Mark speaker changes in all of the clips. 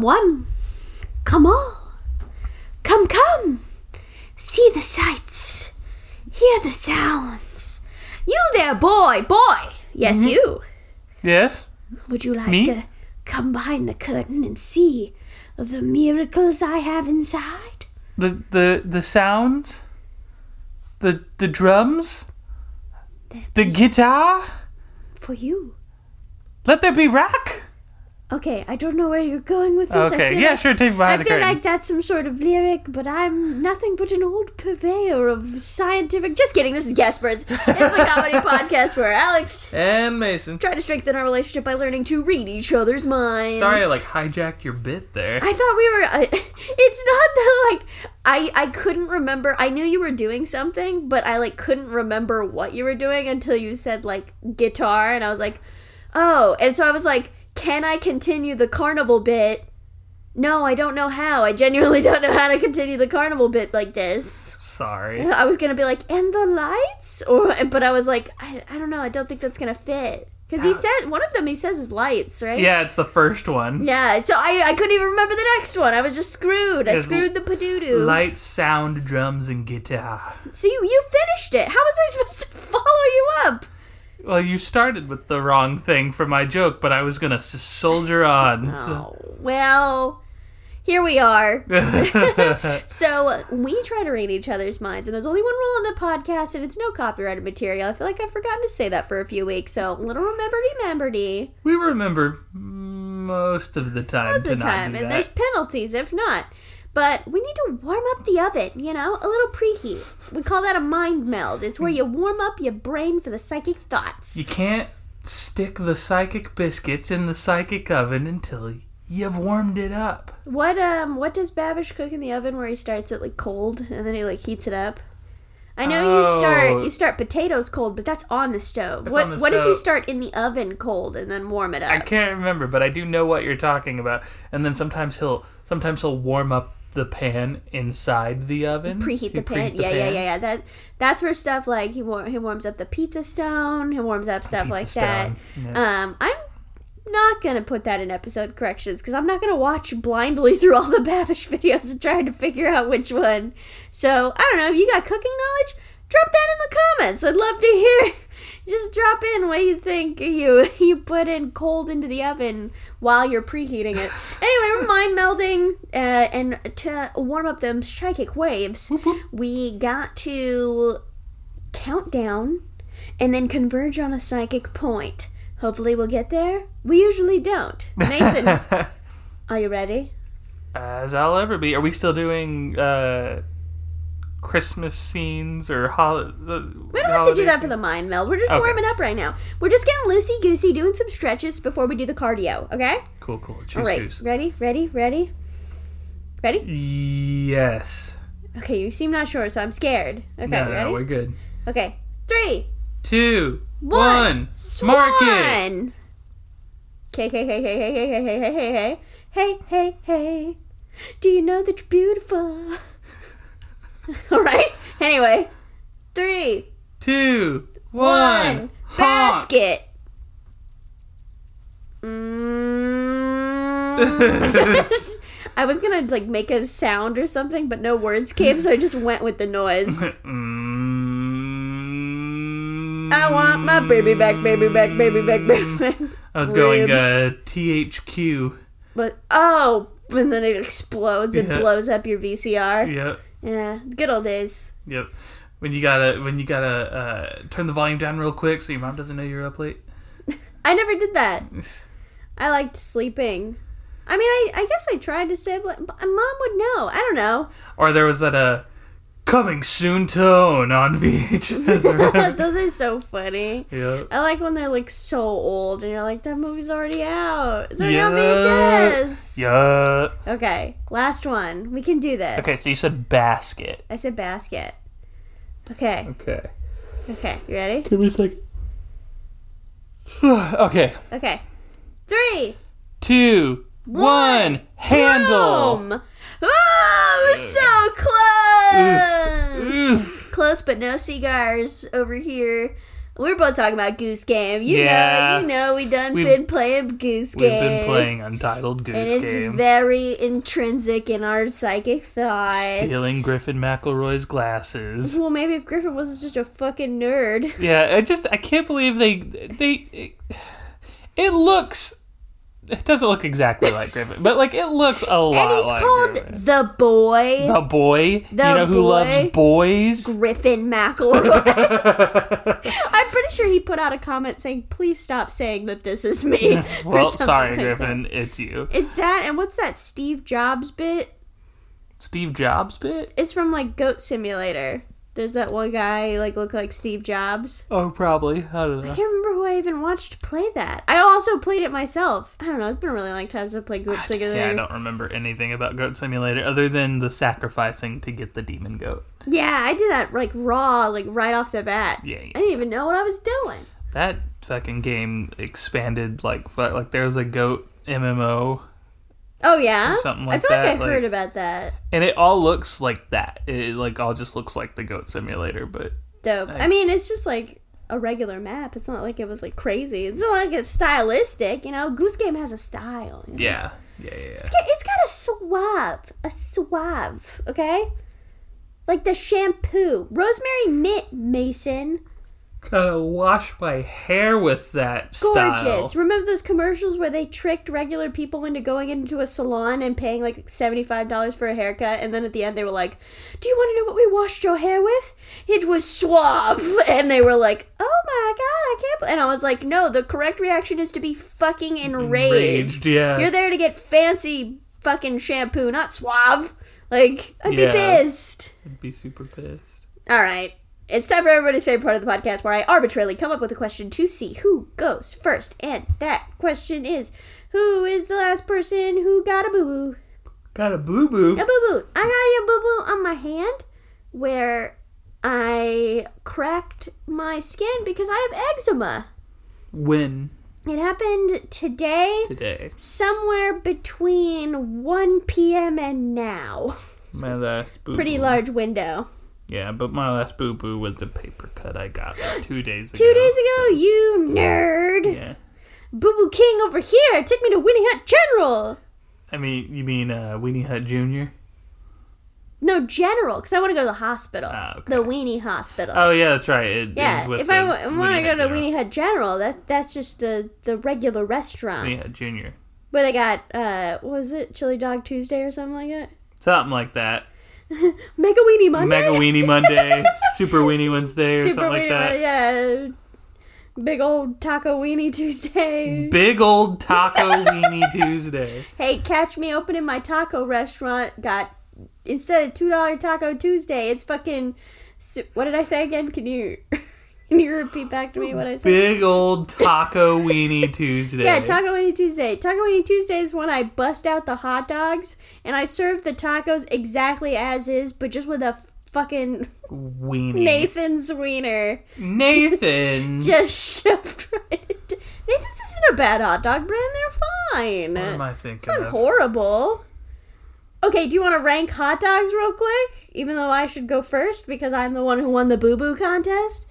Speaker 1: one. Come all. Come, come. See the sights. Hear the sounds. You there, boy, boy. Yes, you.
Speaker 2: Yes?
Speaker 1: Would you like
Speaker 2: Mm-hmm. Me?
Speaker 1: to come behind the curtain and see the miracles I have inside?
Speaker 2: The the the sounds? The the drums? The guitar?
Speaker 1: For you.
Speaker 2: Let there be rock?
Speaker 1: Okay, I don't know where you're going with this. I
Speaker 2: Okay,
Speaker 1: feel
Speaker 2: yeah,
Speaker 1: like-
Speaker 2: sure, take me behind
Speaker 1: I
Speaker 2: the
Speaker 1: feel
Speaker 2: curtain.
Speaker 1: like that's some sort of lyric, but I'm nothing but an old purveyor of scientific. Just kidding, this is Gasper's. It's a comedy podcast where Alex
Speaker 3: And Mason.
Speaker 1: tried to strengthen our relationship by learning to read each other's minds.
Speaker 3: Sorry, I like hijacked your bit there.
Speaker 1: I thought we were. I it's not that like I I couldn't remember. I knew you were doing something, but I like couldn't remember what you were doing until you said like guitar, and I was like, oh. And so I was like, can I continue the carnival bit? No, I don't know how. I genuinely don't know how to continue the carnival bit like this.
Speaker 3: Sorry.
Speaker 1: I was gonna be like, and the lights, or but I was like, I, I don't know. I don't think that's gonna fit because he said one of them. He says is lights, right?
Speaker 3: Yeah, it's the first one.
Speaker 1: Yeah, so I, I couldn't even remember the next one. I was just screwed. I
Speaker 2: Yes,
Speaker 1: screwed the padoodoo.
Speaker 3: Light, sound, drums, and guitar.
Speaker 1: so you you finished it. How was I supposed to follow you up?
Speaker 3: Well, you started with the wrong thing for my joke, but I was gonna s- soldier on. so-
Speaker 1: Oh, well, here we are. So we try to read each other's minds, and there's only one rule on the podcast, and it's no copyrighted material. I feel like I've forgotten to say that for a few weeks, so little rememberty memberty
Speaker 3: we remember most of the time.
Speaker 1: most
Speaker 3: to
Speaker 1: of the
Speaker 3: not
Speaker 1: time,
Speaker 3: do
Speaker 1: and
Speaker 3: that.
Speaker 1: there's penalties if not. But we need to warm up the oven, you know, a little preheat. We call that a mind meld. It's where you warm up your brain for the psychic thoughts.
Speaker 3: Hmm. You can't stick the psychic biscuits in the psychic oven until you've warmed it up.
Speaker 1: What um what does Babish cook in the oven where he starts it like cold and then he like heats it up? I know you
Speaker 3: Oh.
Speaker 1: start you start potatoes cold, but that's on the stove. what
Speaker 3: on the
Speaker 1: what does
Speaker 3: stove.
Speaker 1: he start in the oven cold and then warm it
Speaker 3: I
Speaker 1: up?
Speaker 3: can't remember, but I do know what you're talking about. And then sometimes he'll sometimes he'll warm up the pan inside the oven.
Speaker 1: Preheat
Speaker 3: He'll
Speaker 1: the pan. yeah, yeah, yeah, yeah. That that's where stuff like he war- he warms up the pizza stone. He warms up stuff like
Speaker 3: Pizza
Speaker 1: that.
Speaker 3: stone,
Speaker 1: Um, I'm not gonna put that in episode corrections because I'm not gonna watch blindly through all the Babish videos and try to figure out which one. So I don't know. If you got cooking knowledge, drop that in the comments. I'd love to hear. Just drop in what you think you you put in cold into the oven while you're preheating it. Anyway, we're mind melding, uh, and to warm up them psychic waves, we got to count down and then converge on a psychic point. Hopefully, we'll get there. We usually don't. Um, Mason, are you ready?
Speaker 3: As I'll ever be. Are we still doing uh, Christmas scenes or hol- uh,
Speaker 1: We don't have to do that for the mind meld. We're just
Speaker 3: Okay.
Speaker 1: warming up right now. We're just getting loosey goosey, doing some stretches before we do the cardio, okay?
Speaker 3: Cool, cool. Choose,
Speaker 1: All right. Ready, ready, ready? Ready?
Speaker 3: Yes.
Speaker 1: Okay, you seem not sure, so I'm scared. Okay,
Speaker 3: no, no,
Speaker 1: ready?
Speaker 3: we're good.
Speaker 1: Okay. Three,
Speaker 3: Two,
Speaker 1: one,
Speaker 3: one, smark it.
Speaker 1: swan. Hey, hey, hey, hey, hey, hey, hey, hey, hey, hey, hey, hey, hey. Do you know that you're beautiful? All right. Anyway, three,
Speaker 3: Two,
Speaker 1: one,
Speaker 3: one, honk.
Speaker 1: basket. Mm. I was gonna like make a sound or something, but no words came, so I just went with the noise.
Speaker 3: Mm.
Speaker 1: I want my baby back, baby back, baby back, baby back.
Speaker 3: I was going
Speaker 1: Ribs.
Speaker 3: uh, THQ.
Speaker 1: But oh, and then it explodes and
Speaker 3: Yeah.
Speaker 1: blows up your VCR.
Speaker 3: Yep,
Speaker 1: Yeah, good old days.
Speaker 3: yep. When you gotta, when you gotta uh, turn the volume down real quick so your mom doesn't know you're up late.
Speaker 1: I never did that. I liked sleeping. I mean, I, I guess I tried to stay, but but mom would know. I don't know.
Speaker 3: Or there was that uh, coming soon tone on VHS. or whatever.
Speaker 1: Those are so funny.
Speaker 3: yep.
Speaker 1: I like when they're like so old and you're like, that movie's already out. It's already on
Speaker 3: Yeah.
Speaker 1: VHS.
Speaker 3: Yeah.
Speaker 1: Okay, last one. We can do this.
Speaker 3: Okay, so you said basket.
Speaker 1: I said basket. Okay,
Speaker 3: Okay.
Speaker 1: okay, you ready?
Speaker 3: Give me a second. okay.
Speaker 1: Okay. Three,
Speaker 3: Two, one, handle.
Speaker 1: Boom! Oh, we're so close!
Speaker 3: Oof.
Speaker 1: Close but no cigars over here. We were both talking about Goose Game. You
Speaker 3: Yeah.
Speaker 1: know, you know, we done
Speaker 3: We've-
Speaker 1: been playing Goose Game.
Speaker 3: We've been playing Untitled Goose
Speaker 1: and it's
Speaker 3: Game.
Speaker 1: very intrinsic in our psychic thoughts.
Speaker 3: Stealing Griffin McElroy's glasses.
Speaker 1: Well, maybe if Griffin wasn't such a fucking nerd.
Speaker 3: Yeah, I just I can't believe they they it, it looks it doesn't look exactly like Griffin, but like it looks a lot
Speaker 1: And he's
Speaker 3: like
Speaker 1: called
Speaker 3: Griffin.
Speaker 1: the boy
Speaker 3: The boy, you
Speaker 1: The
Speaker 3: know who
Speaker 1: boy.
Speaker 3: loves boys.
Speaker 1: Griffin McElroy. I'm pretty sure he put out a comment saying, "Please stop saying that this is me." or
Speaker 3: well,
Speaker 1: something
Speaker 3: sorry,
Speaker 1: like that.
Speaker 3: Griffin, it's you.
Speaker 1: It's that, and what's that Steve Jobs bit?
Speaker 3: Steve Jobs bit?
Speaker 1: It's from like Goat Simulator. There's that one guy who, like looked like Steve Jobs.
Speaker 3: Oh, probably. I don't
Speaker 1: I
Speaker 3: know.
Speaker 1: can't remember who I even watched play that. I also played it myself. I don't know. It's been a really long time since I played Goat Simulator.
Speaker 3: Yeah, I don't remember anything about Goat Simulator other than the sacrificing to get the demon goat.
Speaker 1: Yeah, I did that like raw, like right off the bat.
Speaker 3: Yeah,
Speaker 1: I didn't even know what I was doing.
Speaker 3: that fucking game expanded like fu- like there was a goat MMO
Speaker 1: Oh yeah,
Speaker 3: something
Speaker 1: I
Speaker 3: like
Speaker 1: feel
Speaker 3: that.
Speaker 1: like I heard about that.
Speaker 3: and it all looks like that. It like all just looks like the goat simulator, but
Speaker 1: Dope.
Speaker 3: I-
Speaker 1: I mean, it's just like a regular map. It's not like it was like crazy. It's not like it's stylistic, you know. Goose Game has a style. you know?
Speaker 3: yeah. Yeah, yeah, yeah.
Speaker 1: It's got, it's got a suave, a suave. Okay, like the shampoo, Rosemary Mint Mason.
Speaker 3: Gotta wash my hair with that
Speaker 1: gorgeous.
Speaker 3: style.
Speaker 1: Remember those commercials where they tricked regular people into going into a salon and paying like $75 for a haircut and then at the end they were like, "Do you want to know what we washed your hair with? It was suave." And they were like, "Oh my god, I can't." bel-" And I was like, "No, the correct reaction is to be fucking enraged.
Speaker 3: Enraged, yeah.
Speaker 1: You're there to get fancy fucking shampoo, not suave." Like, I'd
Speaker 3: Yeah.
Speaker 1: be pissed.
Speaker 3: I'd be super pissed.
Speaker 1: All right. It's time for everybody's favorite part of the podcast where I arbitrarily come up with a question to see who goes first. And that question is who is the last person who got a boo boo?
Speaker 3: Got a boo boo.
Speaker 1: A boo boo. I got a boo boo on my hand where I cracked my skin because I have eczema.
Speaker 3: When
Speaker 1: It happened today,
Speaker 3: today?
Speaker 1: somewhere between 1 p.m. and now.
Speaker 3: My last boo.
Speaker 1: Pretty large window.
Speaker 3: Yeah, but my last boo boo was the paper cut I got like, two days ago.
Speaker 1: Two days ago, you nerd.
Speaker 3: Yeah.
Speaker 1: Boo Boo King over here. Take me to Winnie Hut General.
Speaker 3: I mean, you mean uh, Weenie Hut Junior?
Speaker 1: No, General, because I want to go to the hospital.
Speaker 3: Ah, okay.
Speaker 1: The Weenie Hospital.
Speaker 3: Oh yeah, that's right. It,
Speaker 1: yeah,
Speaker 3: it was with
Speaker 1: if I
Speaker 3: the
Speaker 1: want to
Speaker 3: Weenie
Speaker 1: go
Speaker 3: Hut
Speaker 1: to
Speaker 3: General.
Speaker 1: Weenie Hut General, that that's just the, the regular restaurant
Speaker 3: Weenie Hut Junior,
Speaker 1: where they got uh what was it chili dog Tuesday or something like that.
Speaker 3: something like that.
Speaker 1: Mega Weenie Monday.
Speaker 3: Mega Weenie Monday, Super Weenie Wednesday, or
Speaker 1: Super
Speaker 3: something like
Speaker 1: Weenie
Speaker 3: that.
Speaker 1: Monday, yeah. Big old Taco Weenie Tuesday.
Speaker 3: Big old Taco Weenie Tuesday.
Speaker 1: hey, catch me opening my taco restaurant. Got instead of two dollar Taco Tuesday, it's fucking. su- What did I say again? Can you can you repeat back to me what I said?
Speaker 3: Big old Taco Weenie Tuesday.
Speaker 1: Yeah, Taco Weenie Tuesday. Taco Weenie Tuesday is when I bust out the hot dogs and I serve the tacos exactly as is, but just with a fucking
Speaker 3: Weenie.
Speaker 1: Nathan's wiener.
Speaker 3: Nathan.
Speaker 1: Just shoved right into. Nathan's isn't a bad hot dog brand. They're fine.
Speaker 3: what am I thinking?
Speaker 1: It's
Speaker 3: of?
Speaker 1: not horrible. Okay, do you want to rank hot dogs real quick? Even though I should go first because I'm the one who won the boo boo contest.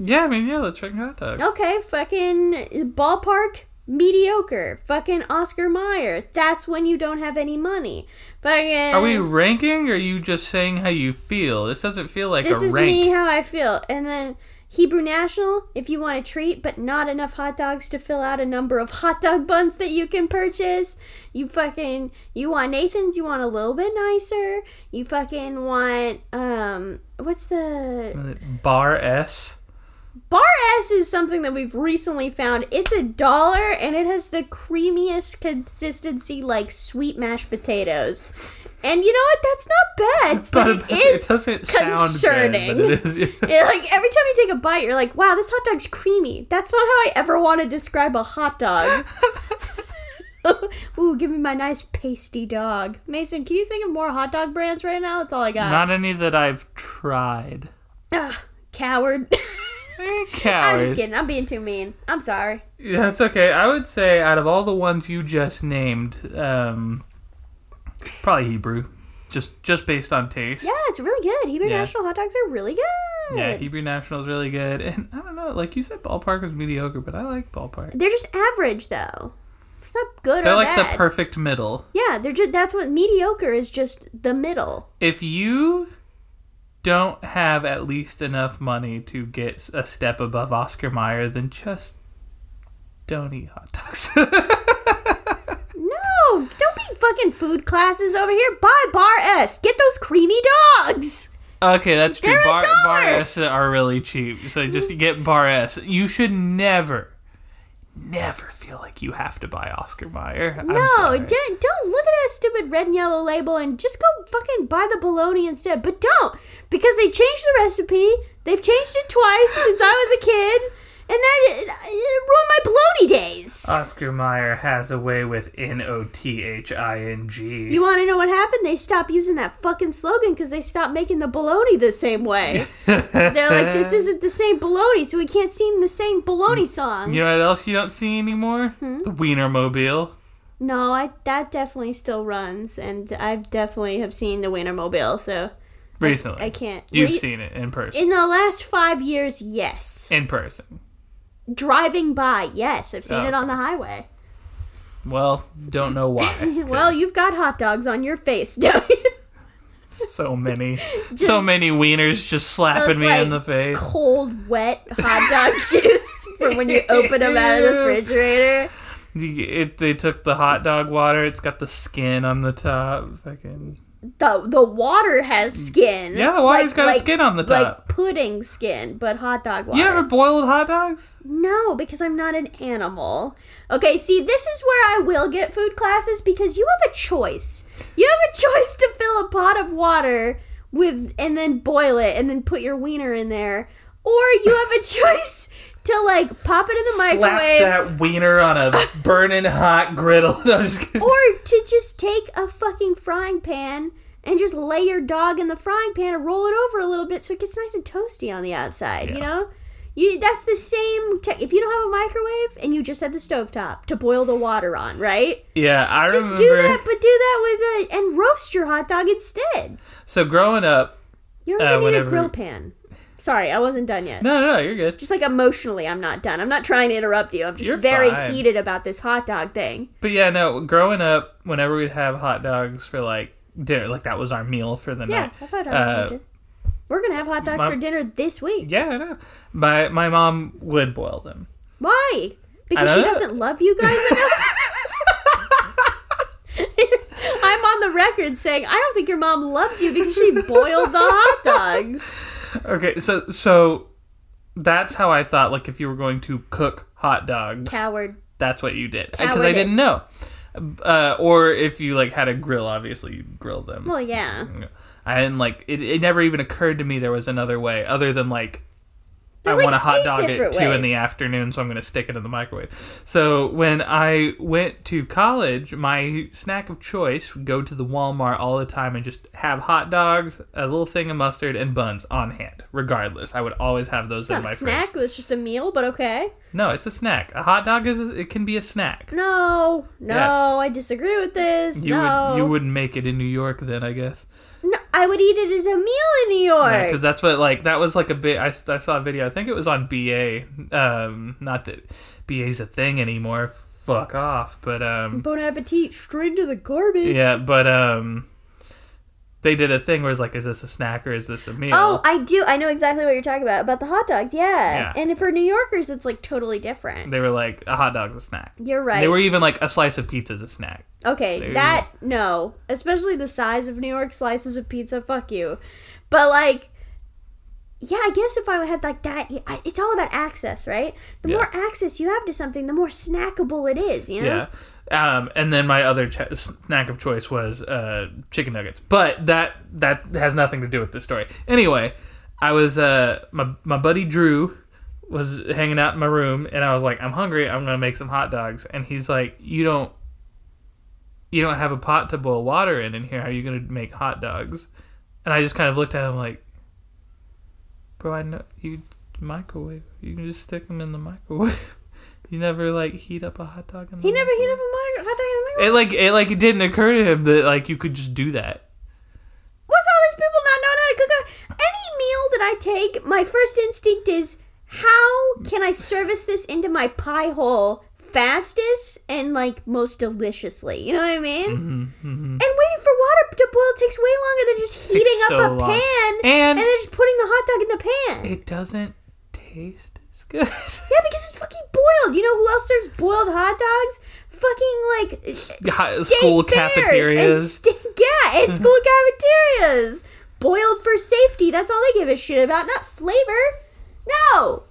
Speaker 3: yeah, I mean, yeah, let's check hot dogs.
Speaker 1: Okay, fucking ballpark mediocre. Fucking Oscar Mayer. That's when you don't have any money. Fucking.
Speaker 3: Are we ranking or are you just saying how you feel? This doesn't feel like
Speaker 1: This
Speaker 3: a
Speaker 1: is
Speaker 3: rank.
Speaker 1: me how I feel. And then Hebrew National, if you want a treat, but not enough hot dogs to fill out a number of hot dog buns that you can purchase. You fucking you want Nathan's, you want a little bit nicer. You fucking want um what's the
Speaker 3: Bar S.
Speaker 1: Bar S is something that we've recently found. It's a dollar and it has the creamiest consistency like sweet mashed potatoes. And you know what? That's not bad, but it is
Speaker 3: doesn't
Speaker 1: concerning.
Speaker 3: Sound good, but it is,
Speaker 1: Yeah, like every time you take a bite, you're like, "Wow, this hot dog's creamy." That's not how I ever want to describe a hot dog. Ooh, give me my nice pasty dog, Mason. Can you think of more hot dog brands right now? That's all I got.
Speaker 3: Not any that I've tried.
Speaker 1: Ugh, coward.
Speaker 3: Eh,
Speaker 1: I'm just
Speaker 3: Coward.
Speaker 1: kidding. I'm being too mean. I'm sorry.
Speaker 3: Yeah, That's okay. I would say out of all the ones you just named, um, probably Hebrew, just just based on taste.
Speaker 1: Yeah, it's really good. Hebrew
Speaker 3: Yeah.
Speaker 1: National hot dogs are really good.
Speaker 3: Yeah, Hebrew National is really good. And I don't know, like you said, ballpark was mediocre, but I like ballpark.
Speaker 1: They're just average though. It's not good
Speaker 3: They're
Speaker 1: or
Speaker 3: like
Speaker 1: bad.
Speaker 3: the perfect middle.
Speaker 1: yeah, they're just that's what mediocre is just the middle.
Speaker 3: If you don't have at least enough money to get a step above Oscar Mayer, then just don't eat hot dogs.
Speaker 1: No, don't be fucking food classes over here. Buy Bar S. Get those creamy dogs.
Speaker 3: okay, that's true.
Speaker 1: They're a Mm.
Speaker 3: Bar, bar
Speaker 1: dollar!
Speaker 3: S are really cheap, so just get Bar S. You should never, never feel like you have to buy Oscar Mayer.
Speaker 1: No, don't, don't look at that stupid red and yellow label and just go fucking buy the bologna instead. But don't because they changed the recipe. They've changed it twice since I was a kid, and that it, it ruined my bologna days.
Speaker 3: Oscar Mayer has a way with N O T H I N G.
Speaker 1: You want to know what happened? They stopped using that fucking slogan because they stopped making the bologna the same way. They're like, this isn't the same bologna, so we can't sing the same bologna song.
Speaker 3: You know what else you don't see anymore?
Speaker 1: Hmm?
Speaker 3: The Wienermobile.
Speaker 1: No, I that definitely still runs, and I definitely have seen the Wintermobile, so
Speaker 3: Recently.
Speaker 1: I can't.
Speaker 3: You've
Speaker 1: Re-
Speaker 3: seen it in person.
Speaker 1: In the last five years, yes.
Speaker 3: in person.
Speaker 1: Driving by, yes. I've seen
Speaker 3: Oh.
Speaker 1: it on the highway.
Speaker 3: Well, don't know why. 'cause
Speaker 1: Well, you've got hot dogs on your face, don't you?
Speaker 3: so many, so many wieners just slapping
Speaker 1: Just
Speaker 3: me in the
Speaker 1: like-
Speaker 3: face.
Speaker 1: Cold, wet hot dog juice from when you open them out of the
Speaker 3: Ew.
Speaker 1: refrigerator.
Speaker 3: It, they took the hot dog water. It's got the skin on the top. Fucking
Speaker 1: the the water has skin.
Speaker 3: yeah, the water's got a skin on the top.
Speaker 1: Like pudding skin, but hot dog water.
Speaker 3: you ever boiled hot dogs?
Speaker 1: No, because I'm not an animal. Okay, see, this is where I will get food classes because you have a choice. You have a choice to fill a pot of water with and then boil it and then put your wiener in there, or you have a choice to like pop it in the microwave.
Speaker 3: Slap that wiener on a burning hot griddle. No, I'm just kidding.
Speaker 1: or to just take a fucking frying pan and just lay your dog in the frying pan and roll it over a little bit so it gets nice and toasty on the outside, you
Speaker 3: Yeah.
Speaker 1: know? You, that's the same tech. If you don't have a microwave and you just had the stovetop to boil the water on, right?
Speaker 3: Yeah, I
Speaker 1: Just
Speaker 3: remember.
Speaker 1: do that, but do that with a and roast your hot dog instead.
Speaker 3: So growing up,
Speaker 1: You don't
Speaker 3: Uh,
Speaker 1: even need
Speaker 3: whenever-
Speaker 1: a grill pan. Sorry, I wasn't done yet.
Speaker 3: no, no, no, you're good.
Speaker 1: Just like emotionally, I'm not done. I'm not trying to interrupt you. I'm just
Speaker 3: You're
Speaker 1: very
Speaker 3: fine.
Speaker 1: heated about this hot dog thing.
Speaker 3: But yeah, no, growing up, whenever we'd have hot dogs for like dinner, like that was our meal for the
Speaker 1: Yeah,
Speaker 3: night.
Speaker 1: I've had hot
Speaker 3: Uh,
Speaker 1: dogs. We're gonna have hot dogs
Speaker 3: my-
Speaker 1: for dinner this week.
Speaker 3: Yeah, I know. My my mom would boil them.
Speaker 1: Why? Because
Speaker 3: I
Speaker 1: she
Speaker 3: don't know.
Speaker 1: doesn't love you guys enough. I'm on the record saying I don't think your mom loves you because she boiled the hot dogs.
Speaker 3: Okay, so so that's how I thought. Like if you were going to cook hot dogs,
Speaker 1: Coward.
Speaker 3: that's what you did because I didn't know.
Speaker 1: Cowardice.
Speaker 3: Uh, or if you like had a grill, obviously you'd grill them.
Speaker 1: Well, yeah.
Speaker 3: I didn't like it. It never even occurred to me there was another way other than like
Speaker 1: There's,
Speaker 3: I
Speaker 1: like,
Speaker 3: want a hot
Speaker 1: eight
Speaker 3: dog at
Speaker 1: different
Speaker 3: two in the
Speaker 1: ways.
Speaker 3: afternoon, so I'm going to stick it in the microwave. So when I went to college, my snack of choice would go to the Walmart all the time and just have hot dogs, a little thing of mustard, and buns on hand. Regardless, I would always have those in
Speaker 1: Not
Speaker 3: my
Speaker 1: a snack. It was just a meal, but okay.
Speaker 3: fridge. No, it's a snack. A hot dog is it can be a snack.
Speaker 1: No, no,
Speaker 3: Yes.
Speaker 1: I disagree with this.
Speaker 3: You
Speaker 1: no,
Speaker 3: would you wouldn't make it in New York then, I guess.
Speaker 1: No, I would eat it as a meal in New York.
Speaker 3: because that's what like that was like a bit I, I saw a video i think it was on ba um not that ba's a thing anymore fuck off but um
Speaker 1: bon appetit, straight to the garbage.
Speaker 3: yeah but um they did a thing where it's like is this a snack or is this a meal
Speaker 1: Oh, I do. I know exactly what you're talking about about the hot dogs. Yeah,
Speaker 3: Yeah.
Speaker 1: and for New Yorkers, it's like totally different.
Speaker 3: they were like a hot dog's a snack
Speaker 1: You're right.
Speaker 3: they were even like a slice of pizza's a snack
Speaker 1: Okay,
Speaker 3: There you
Speaker 1: that no, especially the size of New York slices of pizza. Fuck you, but like, yeah, I guess if I had like that, yeah, I- it's all about access, right? The
Speaker 3: Yeah.
Speaker 1: more access you have to something, the more snackable it is. You know,
Speaker 3: yeah um, and then my other ch- snack of choice was uh, chicken nuggets, but that that has nothing to do with the story. Anyway, I was uh, my my buddy Drew was hanging out in my room, and I was like, I'm hungry. I'm gonna make some hot dogs, and he's like, You don't you don't have a pot to boil water in in here. How are you gonna make hot dogs? And I just kind of looked at him like, Bro, I know you microwave. You can just stick them in the microwave. You never like heat up a hot dog. In the
Speaker 1: he never he
Speaker 3: microwave."
Speaker 1: never mind. Hot dog in the microwave.
Speaker 3: It like it like it didn't occur to him that like you could just do that.
Speaker 1: What's all these people not knowing how to cook? A- Any meal that I take, my first instinct is how can I service this into my pie hole fastest and like most deliciously? You know what I mean?
Speaker 3: Mm-hmm.
Speaker 1: And waiting for water to boil takes way longer than just
Speaker 3: Takes
Speaker 1: heating
Speaker 3: so
Speaker 1: up a
Speaker 3: long.
Speaker 1: pan
Speaker 3: And
Speaker 1: and, then just putting the hot dog in the pan.
Speaker 3: it doesn't taste as good.
Speaker 1: yeah, because it's fucking boiled. You know who else serves boiled hot dogs? Fucking like
Speaker 3: hi-
Speaker 1: state
Speaker 3: school
Speaker 1: fairs and
Speaker 3: cafeterias.
Speaker 1: sta- yeah, and school cafeterias. Boiled for safety. That's all they give a shit about, not flavor. No,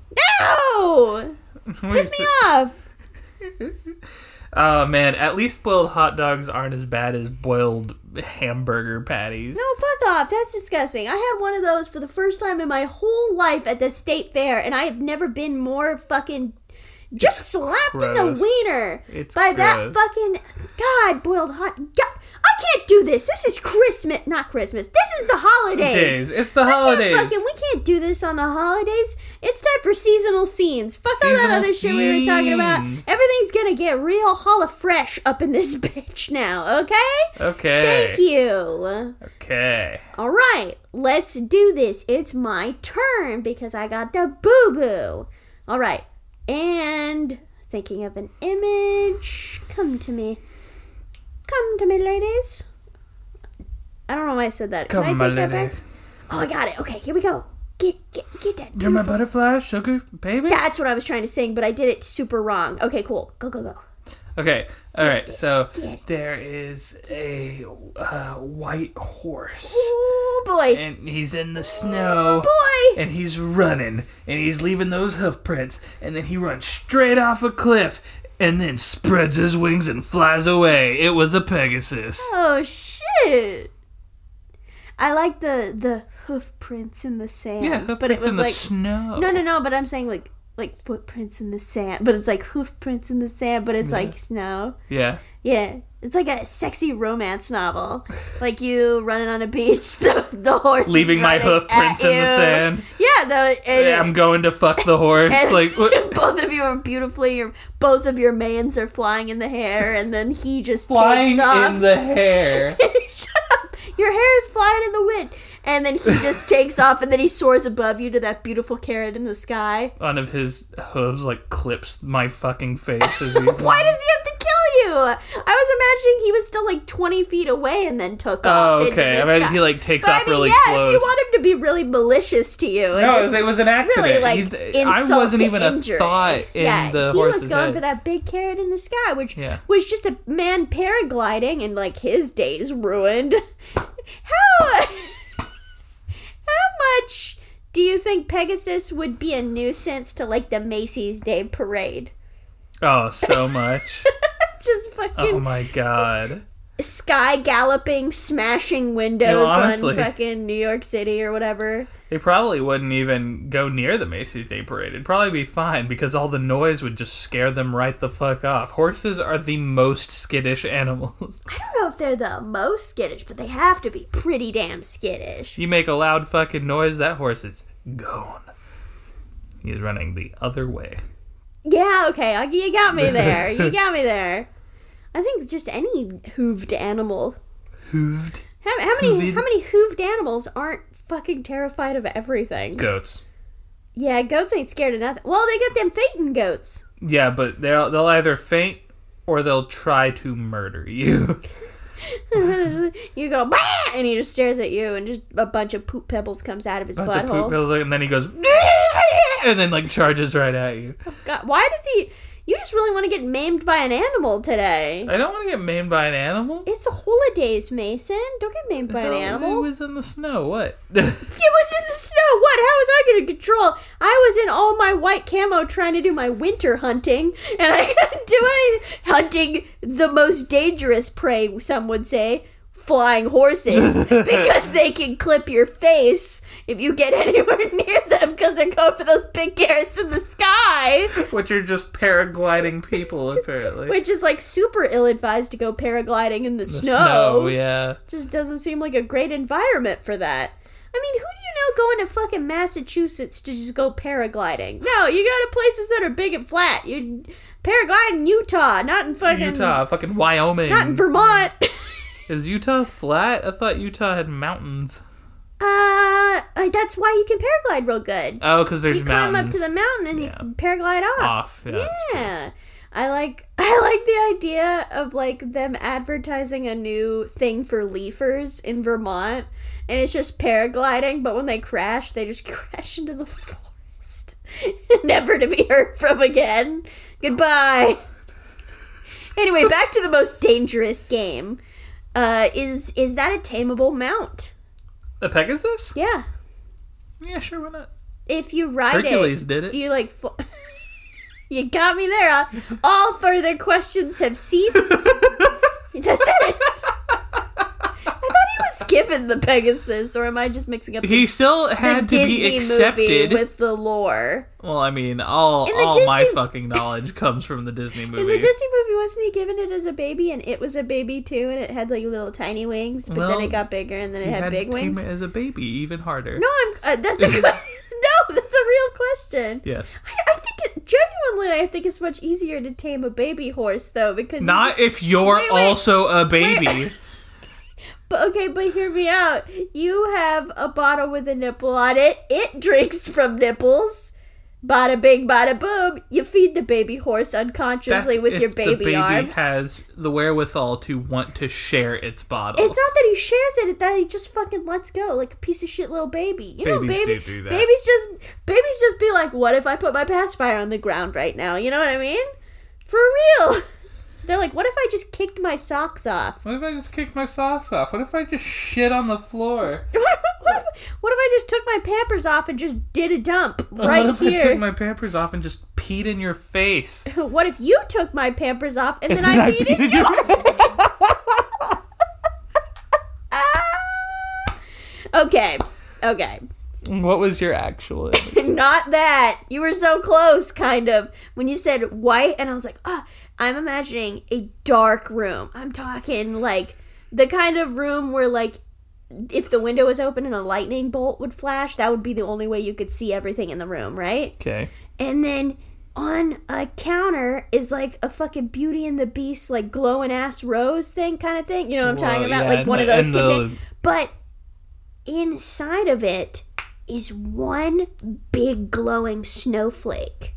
Speaker 1: no, piss me off.
Speaker 3: Oh man, at least boiled hot dogs aren't as bad as boiled hamburger patties.
Speaker 1: No, fuck off. That's disgusting. I had one of those for the first time in my whole life at the state fair, and I have never been more fucking just slapped in
Speaker 3: gross.
Speaker 1: the wiener
Speaker 3: It's
Speaker 1: by
Speaker 3: gross.
Speaker 1: that fucking god boiled hot. God, I can't do this. This is Christmas, not Christmas. This is the holidays.
Speaker 3: Days. It's the
Speaker 1: I can't
Speaker 3: holidays.
Speaker 1: fucking, we can't do this on the holidays. It's time for seasonal scenes. Fuck all that
Speaker 3: Seasonal
Speaker 1: other shit we were talking about.
Speaker 3: scenes.
Speaker 1: Everything's gonna get real holla fresh up in this bitch now, okay?
Speaker 3: Okay.
Speaker 1: Thank you.
Speaker 3: Okay.
Speaker 1: All right, let's do this. It's my turn because I got the boo boo. All right, and thinking of an image. Come to me. Come to me, ladies. I don't know why I said that. Can
Speaker 3: Come,
Speaker 1: I
Speaker 3: my
Speaker 1: take that
Speaker 3: lady.
Speaker 1: back? Oh, I got it. Okay, here we go. Get get get that.
Speaker 3: You're my
Speaker 1: beautiful-
Speaker 3: butterfly, sugar baby.
Speaker 1: That's what I was trying to sing, but I did it super wrong. Okay, cool. Go go go.
Speaker 3: Okay. All right. So
Speaker 1: Get-
Speaker 3: there is a uh, white horse,
Speaker 1: Ooh Oh, boy.
Speaker 3: and he's in the
Speaker 1: Ooh,
Speaker 3: snow.
Speaker 1: boy.
Speaker 3: and he's running and he's leaving those hoof prints and then he runs straight off a cliff and then spreads his wings and flies away it was a pegasus
Speaker 1: Oh shit! I like the the hoof prints in the sand.
Speaker 3: yeah hoof
Speaker 1: but
Speaker 3: prints
Speaker 1: it was
Speaker 3: in the
Speaker 1: like
Speaker 3: snow
Speaker 1: no, no, no. But I'm saying like like footprints in the sand, but it's like hoof prints in the sand, but it's like snow.
Speaker 3: yeah
Speaker 1: Yeah, it's like a sexy romance novel. Like you running on a beach, the, the horse is
Speaker 3: leaving my
Speaker 1: running
Speaker 3: hoof
Speaker 1: at
Speaker 3: prints in
Speaker 1: you.
Speaker 3: the sand
Speaker 1: Yeah, the and,
Speaker 3: Yeah, i'm going to fuck the horse
Speaker 1: and
Speaker 3: like what?
Speaker 1: both of you are beautifully. Your both of your manes are flying in the hair, and then he just
Speaker 3: flying
Speaker 1: takes off.
Speaker 3: in the hair
Speaker 1: Shut up. Your hair is flying in the wind. And then he just takes off and then he soars above you to that beautiful carrot in the sky.
Speaker 3: one of his hooves like clips my fucking face as he
Speaker 1: Why does he have to kill you? I was imagining he was still like 20 feet away and then took off.
Speaker 3: oh
Speaker 1: into
Speaker 3: okay
Speaker 1: the
Speaker 3: i mean
Speaker 1: sky.
Speaker 3: he like takes
Speaker 1: But I
Speaker 3: off
Speaker 1: mean,
Speaker 3: really
Speaker 1: yeah,
Speaker 3: close
Speaker 1: if you want him to be really malicious to you. and
Speaker 4: No,
Speaker 1: just-
Speaker 3: it was an accident.
Speaker 1: really like
Speaker 3: He- I
Speaker 1: insult
Speaker 3: wasn't
Speaker 1: to
Speaker 3: even
Speaker 1: injury.
Speaker 3: a thought in
Speaker 1: yeah,
Speaker 3: the
Speaker 1: he
Speaker 3: horse's
Speaker 1: was going
Speaker 3: head.
Speaker 1: for that big carrot in the sky, which
Speaker 3: Yeah.
Speaker 1: was just a man paragliding and like his day's ruined. How how much do you think Pegasus would be a nuisance to like the Macy's Day Parade?
Speaker 3: Oh, so much. oh
Speaker 1: just fucking
Speaker 3: my god.
Speaker 1: sky galloping, smashing windows
Speaker 3: honestly.
Speaker 1: on fucking New York City or whatever.
Speaker 3: They probably wouldn't even go near the Macy's Day Parade. It'd probably be fine because all the noise would just scare them right the fuck off. Horses are the most skittish animals.
Speaker 1: I don't know if they're the most skittish, but they have to be pretty damn skittish.
Speaker 3: you make a loud fucking noise, that horse is gone. He's running the other way.
Speaker 1: Yeah, okay. I- You got me there. You got me there. I think just any hooved animal.
Speaker 3: Hooved
Speaker 1: How, how many
Speaker 3: Hoovid.
Speaker 1: how many hooved animals aren't fucking terrified of everything?
Speaker 3: goats.
Speaker 1: Yeah, goats ain't scared of nothing. Well, they got them fainting goats.
Speaker 3: Yeah, but they'll they'll either faint or they'll try to murder you.
Speaker 1: you go bah! and he just stares at you, and just a bunch of poop pebbles comes out of his
Speaker 3: Bunch of poop
Speaker 1: butthole.
Speaker 3: pills, and then he goes and then like charges right at you.
Speaker 1: God, why does he? You just really want to get maimed by an animal today?
Speaker 3: I don't want to get maimed by an animal.
Speaker 1: It's the holidays, Mason. Don't get maimed by an
Speaker 3: Hell,
Speaker 1: animal.
Speaker 3: It was in the snow. What?
Speaker 1: It was in the snow. What? How was I going to control? I was in all my white camo trying to do my winter hunting, and I couldn't do anything. Hunting the most dangerous prey, some would say, flying horses, because they can clip your face if you get anywhere near them, because they're going for those big carrots in the sky,
Speaker 3: Which are just paragliding people, apparently.
Speaker 1: which is like super ill advised to go paragliding in the,
Speaker 3: The
Speaker 1: snow.
Speaker 3: yeah.
Speaker 1: just doesn't seem like a great environment for that. I mean, who do you know going to fucking Massachusetts to just go paragliding? No, you go to places that are big and flat. You paraglide in Utah, not in fucking
Speaker 3: Utah, fucking Wyoming.
Speaker 1: not in Vermont. Uh,
Speaker 3: Is Utah flat? I thought Utah had mountains.
Speaker 1: uh, not like that's why you can paraglide real good.
Speaker 3: Oh, because there's
Speaker 1: you climb
Speaker 3: mountains
Speaker 1: up to the mountain and
Speaker 3: Yeah.
Speaker 1: you paraglide off.
Speaker 3: off. Yeah, that's true.
Speaker 1: yeah. I like I like the idea of like them advertising a new thing for leafers in Vermont and it's just paragliding, but when they crash, they just crash into the forest. Never to be heard from again. Goodbye. anyway, back to the most dangerous game. Uh is is that a tameable mount?
Speaker 3: A Pegasus?
Speaker 1: Yeah.
Speaker 3: Yeah, sure, why not?
Speaker 1: If you ride it
Speaker 3: Hercules did it.
Speaker 1: do you like? Fl- you got me there. Huh? All further questions have ceased. That's it. I thought he was given the Pegasus, or am I just mixing up the
Speaker 3: he still had to be
Speaker 1: Disney movie
Speaker 3: accepted.
Speaker 1: with the lore?
Speaker 3: well, I mean, all
Speaker 1: In the
Speaker 3: all my
Speaker 1: Disney-
Speaker 3: fucking knowledge comes from the Disney movie.
Speaker 1: In the Disney movie, wasn't he given it as a baby, and it was a baby too, and it had like little tiny wings, but
Speaker 3: Well,
Speaker 1: then it got bigger, and then
Speaker 3: he
Speaker 1: it had,
Speaker 3: had
Speaker 1: big
Speaker 3: to tame
Speaker 1: wings.
Speaker 3: it as a baby, even harder.
Speaker 1: No, I'm. Uh, that's a. que- no, that's a real question.
Speaker 3: Yes.
Speaker 1: I, I think it, genuinely, I think it's much easier to tame a baby horse though, because you
Speaker 3: Not if you're
Speaker 1: Wait, wait.
Speaker 3: also a baby.
Speaker 1: But okay, but hear me out. You have a bottle with a nipple on it. It drinks from nipples. Bada bing, bada boom. You feed the baby horse unconsciously
Speaker 3: That's
Speaker 1: with your
Speaker 3: if
Speaker 1: baby,
Speaker 3: the baby
Speaker 1: arms.
Speaker 3: has the wherewithal to want to share its bottle.
Speaker 1: It's not that he shares it; it's that he just fucking lets go like a piece of shit little baby. You know,
Speaker 3: Babies
Speaker 1: baby,
Speaker 3: do do that.
Speaker 1: babies just babies just be like, "What if I put my pacifier on the ground right now?" You know what I mean? For real. They're like, "What if I just kicked my socks off?"
Speaker 3: What if I just kicked my sauce off? What if I just shit on the floor?
Speaker 1: what, if, what if I just took my Pampers off and just did a dump
Speaker 3: what
Speaker 1: right
Speaker 3: if I
Speaker 1: here?
Speaker 3: took my Pampers off and just peed in your face?
Speaker 1: what if you took my Pampers off and then
Speaker 5: And
Speaker 1: I
Speaker 5: I
Speaker 1: peed in
Speaker 5: peed
Speaker 1: your
Speaker 5: in your-
Speaker 1: face? Ah! okay, okay,
Speaker 5: What was your actual? image?
Speaker 1: not that. You were so close, kind of, when you said white, and I was like, ah, I'm imagining a dark room. I'm talking like the kind of room where like if the window was open and a lightning bolt would flash, that would be the only way you could see everything in the room, right?
Speaker 5: Okay.
Speaker 1: And then on a counter is like a fucking Beauty and the Beast, like glowing ass rose thing kind of thing. You know what I'm talking
Speaker 5: Well,
Speaker 1: about?
Speaker 5: yeah,
Speaker 1: like
Speaker 5: and
Speaker 1: one of
Speaker 5: the-
Speaker 1: those.
Speaker 5: and
Speaker 1: contain-
Speaker 5: the-
Speaker 1: but inside of it is one big glowing snowflake.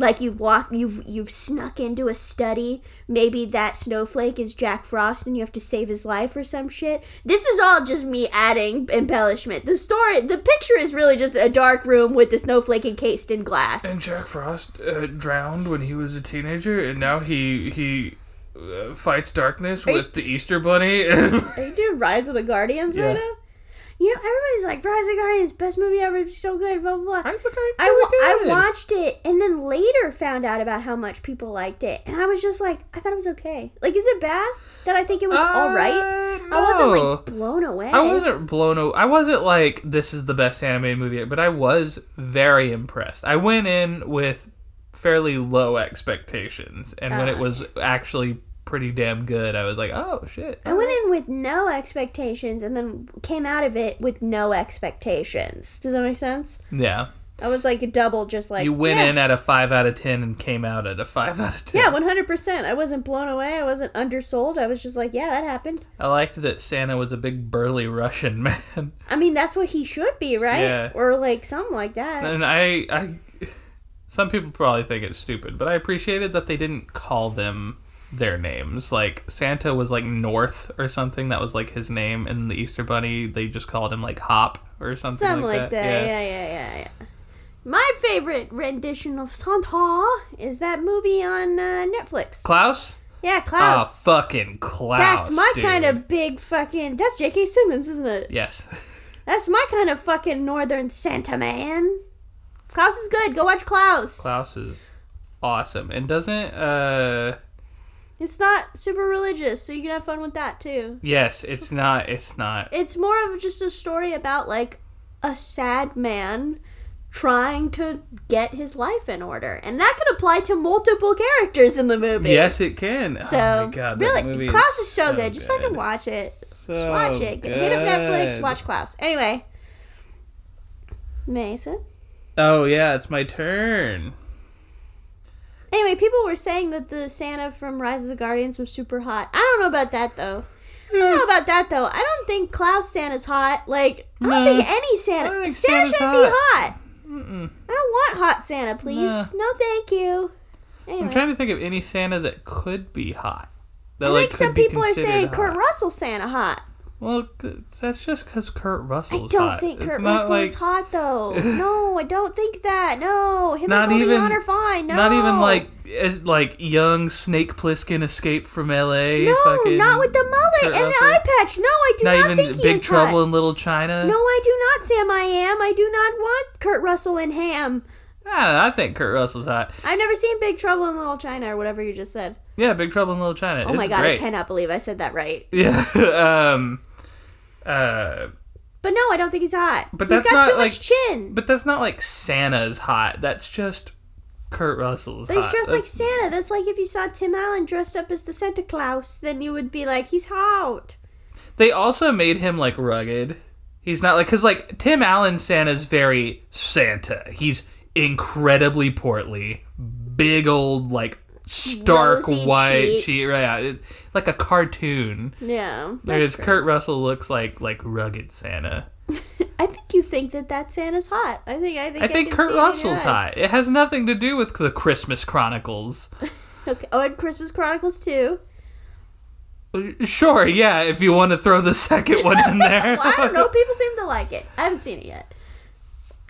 Speaker 1: Like you walk, you've you've snuck into a study. Maybe that snowflake is Jack Frost, and you have to save his life or some shit. This is all just me adding embellishment. The story, the picture is really just a dark room with the snowflake encased in glass.
Speaker 3: And Jack Frost uh, drowned when he was a teenager, and now he he uh, fights darkness
Speaker 1: you-
Speaker 3: with the Easter Bunny.
Speaker 1: Are you doing Rise of the Guardians
Speaker 5: Yeah.
Speaker 1: right now? You know, everybody's like, Rise of the Guardians, best movie ever, it's so good, blah, blah, blah.
Speaker 3: I think I,
Speaker 1: I, wa- I
Speaker 3: good.
Speaker 1: watched it and then later found out about how much people liked it. And I was just like, I thought it was okay. Like, is it bad that I think it was all right?
Speaker 3: Uh,
Speaker 1: I wasn't
Speaker 3: no.
Speaker 1: like blown away.
Speaker 3: I wasn't blown away. I wasn't like this is the best animated movie, but I was very impressed. I went in with fairly low expectations, and when
Speaker 1: Oh,
Speaker 3: it was actually pretty damn good, I was like, oh shit.
Speaker 1: I went in with no expectations and then came out of it with no expectations. Does that make sense?
Speaker 3: Yeah,
Speaker 1: I was like a double, just like
Speaker 3: you went
Speaker 1: yeah.
Speaker 3: in at a five out of ten and came out at a five out of ten.
Speaker 1: Yeah, one hundred percent. I wasn't blown away. I wasn't undersold. I was just like, yeah, that happened.
Speaker 3: I liked that Santa was a big burly Russian man,
Speaker 1: I mean, that's what he should be, right?
Speaker 3: Yeah.
Speaker 1: Or like something like that.
Speaker 3: and I, I, some people probably think it's stupid, but I appreciated that they didn't call them their names. Like Santa was like North or something that was like his name, and the Easter Bunny they just called him like Hop or something,
Speaker 1: Something like, that. Yeah. yeah, yeah, yeah, My favorite rendition of Santa is that movie on uh, Netflix.
Speaker 3: Klaus.
Speaker 1: yeah,
Speaker 3: Ah,
Speaker 1: Ah, Klaus.
Speaker 3: fucking Klaus.
Speaker 1: that's my
Speaker 3: dude.
Speaker 1: kind of big fucking. That's J.K. Simmons, isn't it?
Speaker 3: Yes.
Speaker 1: That's my kind of fucking northern Santa man. Klaus is good. Go watch Klaus.
Speaker 3: Klaus is awesome, and doesn't uh.
Speaker 1: It's not super religious, so you can have fun with that too.
Speaker 3: Yes, it's not. It's not.
Speaker 1: it's more of just a story about like a sad man trying to get his life in order and that could apply to multiple characters in the movie
Speaker 3: Yes, it can.
Speaker 1: so
Speaker 3: oh my god, that
Speaker 1: really
Speaker 3: movie
Speaker 1: klaus is so, good. just
Speaker 3: good.
Speaker 1: fucking watch it
Speaker 3: So
Speaker 1: watch it hit up netflix
Speaker 3: good.
Speaker 1: watch klaus anyway mason
Speaker 3: Oh yeah, it's my turn.
Speaker 1: anyway people were saying that the Hmm. santa from rise of the guardians was super hot i don't know about that though I don't know about that though. I don't think Klaus Santa's hot. Like, I don't
Speaker 3: No.
Speaker 1: think any Santa.
Speaker 3: I don't think
Speaker 1: Santa
Speaker 3: Santa's
Speaker 1: shouldn't be hot.
Speaker 3: Mm-mm.
Speaker 1: I don't want hot Santa, please.
Speaker 3: No.
Speaker 1: No, thank you. Anyway,
Speaker 3: I'm trying to think of any Santa that could be hot. That,
Speaker 1: I
Speaker 3: like,
Speaker 1: think
Speaker 3: could
Speaker 1: some
Speaker 3: be
Speaker 1: people are
Speaker 3: considered
Speaker 1: saying
Speaker 3: hot.
Speaker 1: Kurt Russell Santa hot.
Speaker 3: Well, c- that's just because Kurt
Speaker 1: I
Speaker 3: Russell's
Speaker 1: don't
Speaker 3: hot.
Speaker 1: think
Speaker 3: It's
Speaker 1: Kurt
Speaker 3: not
Speaker 1: Russell
Speaker 3: like,
Speaker 1: is hot though. no, I don't think that. No, him
Speaker 3: Not
Speaker 1: and Goldie
Speaker 3: even-
Speaker 1: Hawn are fine. No,
Speaker 3: Not even like as- like young Snake Plissken escape from L.A.
Speaker 1: No,
Speaker 3: fucking
Speaker 1: not with the mullet
Speaker 3: Kurt
Speaker 1: and the
Speaker 3: Russell.
Speaker 1: eye patch. No, I do not,
Speaker 3: Not even
Speaker 1: think he
Speaker 3: Big
Speaker 1: is
Speaker 3: Trouble
Speaker 1: hot.
Speaker 3: in Little China.
Speaker 1: No, I do not, Sam. I am. I do not want Kurt Russell and Ham.
Speaker 3: I, don't know, Ah, I think Kurt Russell's hot.
Speaker 1: I've never seen Big Trouble in Little China or whatever you just said.
Speaker 3: Yeah, Big Trouble in Little China.
Speaker 1: Oh
Speaker 3: it's
Speaker 1: my god,
Speaker 3: great.
Speaker 1: I cannot believe I said that right.
Speaker 3: Yeah. um. Uh.
Speaker 1: But no, I don't think he's hot.
Speaker 3: But
Speaker 1: he's
Speaker 3: that's
Speaker 1: got
Speaker 3: not,
Speaker 1: too much
Speaker 3: like-
Speaker 1: chin.
Speaker 3: But that's not like Santa's hot. That's just Kurt Russell's
Speaker 1: But
Speaker 3: hot.
Speaker 1: he's dressed like
Speaker 3: That's-
Speaker 1: Santa. That's like if you saw Tim Allen dressed up as the Santa Claus, then you would be like, he's hot.
Speaker 3: They also made him like rugged. He's not like because like Tim Allen Santa's very Santa. He's incredibly portly, big old like stark
Speaker 1: Rosy
Speaker 3: white
Speaker 1: cheeks.
Speaker 3: cheek, right? yeah, it- like a cartoon.
Speaker 1: Yeah.
Speaker 3: Whereas
Speaker 1: that's true.
Speaker 3: Kurt Russell looks like like rugged Santa.
Speaker 1: I think you think that that Santa's hot. I think I think
Speaker 3: I think
Speaker 1: can
Speaker 3: Kurt
Speaker 1: see it in your
Speaker 3: Russell's
Speaker 1: eyes.
Speaker 3: hot. It has nothing to do with the Christmas Chronicles.
Speaker 1: Okay. Oh, and Christmas Chronicles too.
Speaker 3: Uh, Sure, yeah, if you want to throw the second one in there.
Speaker 1: Well, I don't know. People seem to like it. I haven't seen it yet.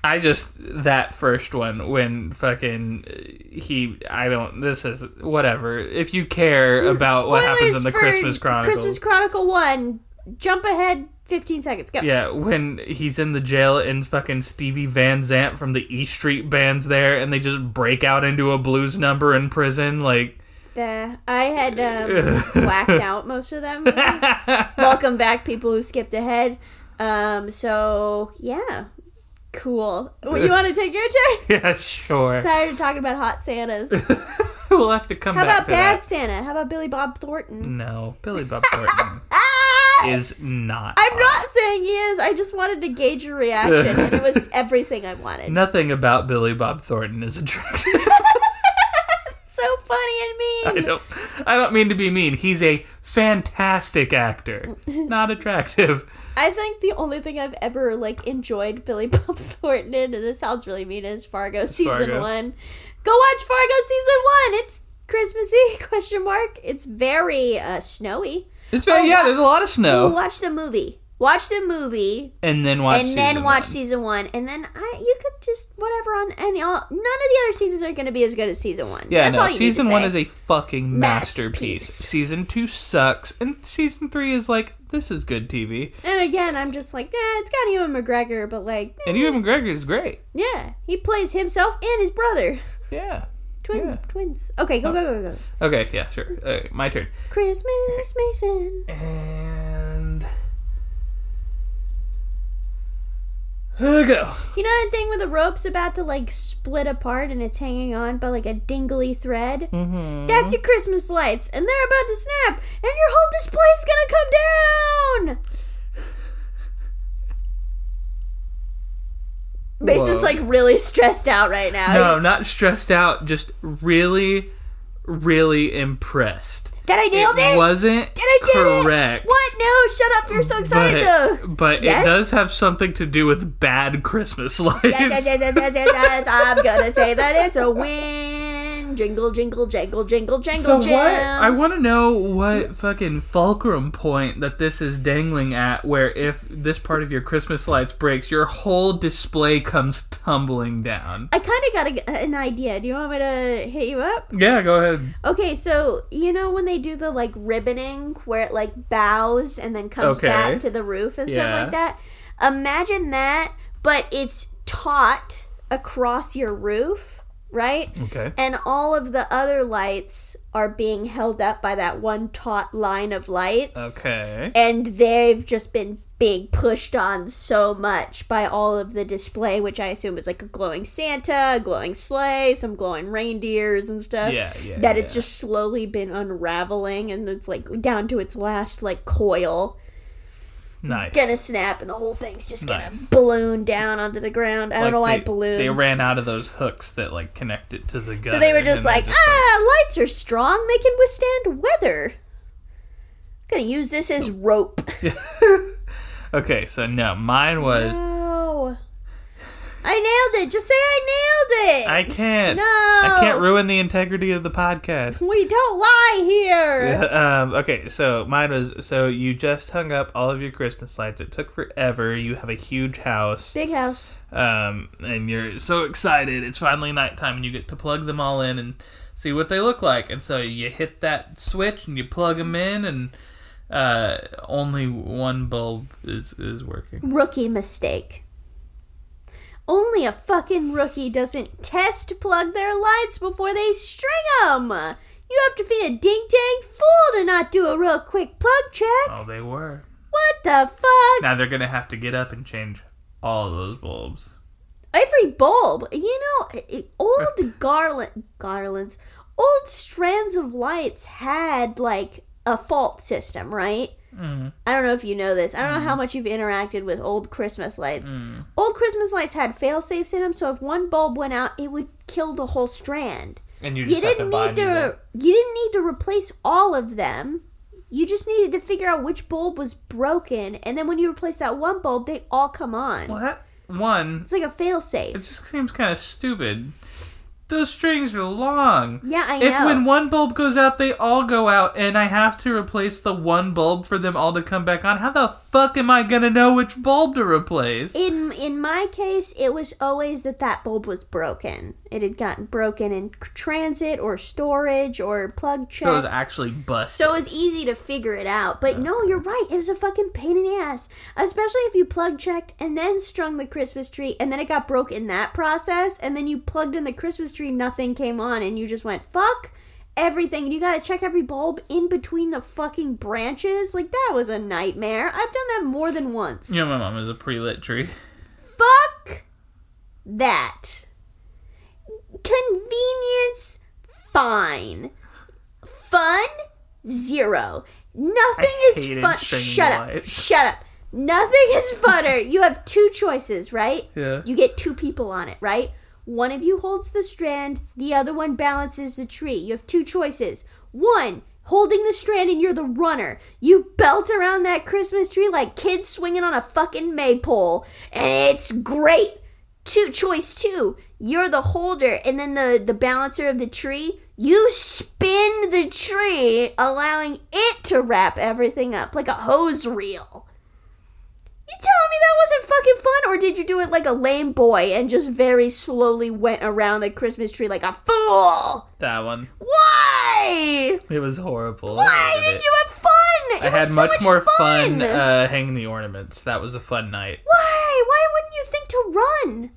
Speaker 3: I just that first one when fucking uh, he I don't this is whatever. If you care about what happens
Speaker 1: Spoilers
Speaker 3: in the
Speaker 1: for
Speaker 3: Christmas Chronicles.
Speaker 1: Christmas Chronicle one. Jump ahead fifteen seconds. Go.
Speaker 3: yeah, when he's in the jail and fucking Stevie Van Zant from the E Street band's there and they just break out into a blues number in prison like
Speaker 1: Uh, I had um, blacked out most of that movie. Welcome back, people who skipped ahead. Um, so yeah, cool. Well, you want to take your turn?
Speaker 3: Yeah, sure.
Speaker 1: Tired of talking about hot Santas. How
Speaker 3: we'll have to come back
Speaker 1: about
Speaker 3: to
Speaker 1: bad
Speaker 3: that.
Speaker 1: Santa? How about Billy Bob Thornton?
Speaker 3: No, Billy Bob Thornton
Speaker 1: Ah!
Speaker 3: is not
Speaker 1: I'm
Speaker 3: hot.
Speaker 1: not saying he is. I just wanted to gauge your reaction, and it was everything I wanted.
Speaker 3: Nothing about Billy Bob Thornton is attractive.
Speaker 1: so funny and
Speaker 3: I
Speaker 1: mean.
Speaker 3: don't I don't mean to be mean. He's a fantastic actor. Not attractive.
Speaker 1: I think the only thing I've ever like enjoyed Billy Bob Thornton in, and this sounds really mean, is Fargo season
Speaker 3: Fargo.
Speaker 1: one. Go watch Fargo season one. It's Christmassy? Question mark. It's very uh, snowy.
Speaker 3: It's very,
Speaker 1: Oh,
Speaker 3: yeah,
Speaker 1: wa-
Speaker 3: there's a lot of
Speaker 1: Oh,
Speaker 3: snow.
Speaker 1: watch the movie. Watch the movie,
Speaker 3: And then watch
Speaker 1: and then
Speaker 3: season
Speaker 1: watch
Speaker 3: one.
Speaker 1: season one, and then I you could just whatever on any all. None of the other seasons are going to be as good as season one.
Speaker 3: Yeah,
Speaker 1: That's
Speaker 3: no.
Speaker 1: all you
Speaker 3: season
Speaker 1: need to
Speaker 3: one
Speaker 1: say.
Speaker 3: is a fucking masterpiece.
Speaker 1: Masterpiece.
Speaker 3: Season two sucks, and season three is like this is good TV.
Speaker 1: And again, I'm just like, eh, it's got Ewan McGregor, but like, eh,
Speaker 3: And Ewan McGregor is great.
Speaker 1: yeah, he plays himself and his brother,
Speaker 3: Yeah.
Speaker 1: twin
Speaker 3: Yeah.
Speaker 1: twins. Okay, go go go go.
Speaker 3: Okay. Yeah. Sure. All right, my turn.
Speaker 1: Christmas Mason.
Speaker 3: And go.
Speaker 1: You know that thing where the rope's about to like split apart and it's hanging on by like a dingly thread?
Speaker 3: Mm-hmm.
Speaker 1: That's your Christmas lights, and they're about to snap, and your whole display's gonna come down. Mason's
Speaker 3: Whoa.
Speaker 1: like really stressed out right now.
Speaker 3: No, I'm not stressed out. Just really, really impressed.
Speaker 1: Did I nail
Speaker 3: it
Speaker 1: it?
Speaker 3: wasn't
Speaker 1: I did it!
Speaker 3: correct.
Speaker 1: What? No, shut up. You're so excited,
Speaker 3: But,
Speaker 1: though.
Speaker 3: but
Speaker 1: Yes?
Speaker 3: it does have something to do with bad Christmas lights.
Speaker 1: Yes, yes, yes, yes, yes, yes, yes. I'm going to say that it's a win. Jingle, jingle, jangle, jingle,
Speaker 3: So
Speaker 1: jangle,
Speaker 3: what?
Speaker 1: jam.
Speaker 3: I want to know what fucking fulcrum point that this is dangling at, where if this part of your Christmas lights breaks, your whole display comes tumbling down.
Speaker 1: I kind of got a, an idea. Do you want me to hit you up?
Speaker 3: Yeah, go ahead.
Speaker 1: Okay, so you know when they do the like ribboning where it like bows and then comes
Speaker 3: Okay.
Speaker 1: back to the roof and
Speaker 3: Yeah.
Speaker 1: stuff like that? Imagine that, but it's taut across your roof, right?
Speaker 3: Okay.
Speaker 1: and all of the other lights are being held up by that one taut line of lights.
Speaker 3: Okay.
Speaker 1: And they've just been being pushed on so much by all of the display, which I assume is like a glowing Santa, a glowing sleigh, some glowing reindeers and stuff.
Speaker 3: Yeah, yeah.
Speaker 1: That it's
Speaker 3: yeah.
Speaker 1: just slowly been unraveling and it's like down to its last like coil.
Speaker 3: nice.
Speaker 1: Gonna snap and the whole thing's just gonna
Speaker 3: Nice.
Speaker 1: balloon down onto the ground. I don't know why
Speaker 3: they,
Speaker 1: balloon.
Speaker 3: They ran out of those hooks that like connect it to the gun.
Speaker 1: So they were just like, ah, lights are strong. They can withstand weather. Gonna use this as rope.
Speaker 3: ah. Okay, so no, mine was
Speaker 1: No. I nailed it. Just say I nailed it.
Speaker 3: I can't.
Speaker 1: No.
Speaker 3: I can't ruin the integrity of the podcast.
Speaker 1: We don't lie here.
Speaker 3: um, okay, so mine was so you just hung up all of your Christmas lights. It took forever. You have a huge house.
Speaker 1: Big house.
Speaker 3: Um, and you're so excited. It's finally nighttime, and you get to plug them all in and see what they look like. And so you hit that switch and you plug them in, and uh, only one bulb is is working.
Speaker 1: Rookie mistake. Only a fucking rookie doesn't test plug their lights before they string 'em. You have to be a ding dang fool to not do a real quick plug check.
Speaker 3: Oh, they were.
Speaker 1: What the fuck?
Speaker 3: Now they're gonna have to get up and change all of those bulbs.
Speaker 1: Every bulb, you know, i- old garland garlands, old strands of lights had like a fault system, right?
Speaker 3: Mm,
Speaker 1: I don't know if you know this. I don't know how much you've interacted with old Christmas lights.
Speaker 3: Mm-hmm. mm.
Speaker 1: Old Christmas lights had fail safes in them, so if one bulb went out, it would kill the whole strand.
Speaker 3: And you just
Speaker 1: You
Speaker 3: have to
Speaker 1: didn't
Speaker 3: buy
Speaker 1: need
Speaker 3: new bulbs.
Speaker 1: to you didn't need to replace all of them. You just needed to figure out which bulb was broken, and then when you replace that one bulb, they all come on.
Speaker 3: Well, that one,
Speaker 1: It's like a fail safe.
Speaker 3: it just seems kind of stupid. Those strings are long.
Speaker 1: Yeah, I
Speaker 3: If
Speaker 1: know.
Speaker 3: when one bulb goes out, they all go out, and I have to replace the one bulb for them all to come back on, how the fuck am I gonna know which bulb to replace?
Speaker 1: in in my case, it was always that that bulb was broken. It had gotten broken in transit or storage or plug check.
Speaker 3: so it was actually busted.
Speaker 1: So it was easy to figure it out. But no, you're right. It was a fucking pain in the ass. Especially if you plug checked and then strung the Christmas tree and then it got broke in that process. And then you plugged in the Christmas tree, nothing came on. And you just went, fuck everything. And you got to check every bulb in between the fucking branches. Like, that was a nightmare. I've done that more than once.
Speaker 3: you know, my mom is a pre-lit tree.
Speaker 1: Fuck that. Convenience, fine. Fun, zero. Nothing
Speaker 3: I
Speaker 1: is
Speaker 3: hated
Speaker 1: fun.
Speaker 3: stringing
Speaker 1: Shut up.
Speaker 3: lights.
Speaker 1: Shut up. Nothing is funner. you have two choices, right?
Speaker 3: Yeah.
Speaker 1: You get two people on it, right? One of you holds the strand, the other one balances the tree. You have two choices. One, holding the strand and you're the runner. You belt around that Christmas tree like kids swinging on a fucking maypole, and it's great. Two, choice two, you're the holder, and then the, the balancer of the tree, you spin the tree, allowing it to wrap everything up like a hose reel. You telling me that wasn't fucking fun, or did you do it like a lame boy and just very slowly went around the Christmas tree like a fool?
Speaker 3: That one.
Speaker 1: Why?
Speaker 3: It was horrible.
Speaker 1: Why
Speaker 3: hated
Speaker 1: didn't
Speaker 3: it.
Speaker 1: you have fun? It
Speaker 3: I
Speaker 1: was
Speaker 3: had
Speaker 1: so
Speaker 3: much, more
Speaker 1: fun.
Speaker 3: fun uh, hanging the ornaments. That was a fun night.
Speaker 1: Why? Why wouldn't you think to run?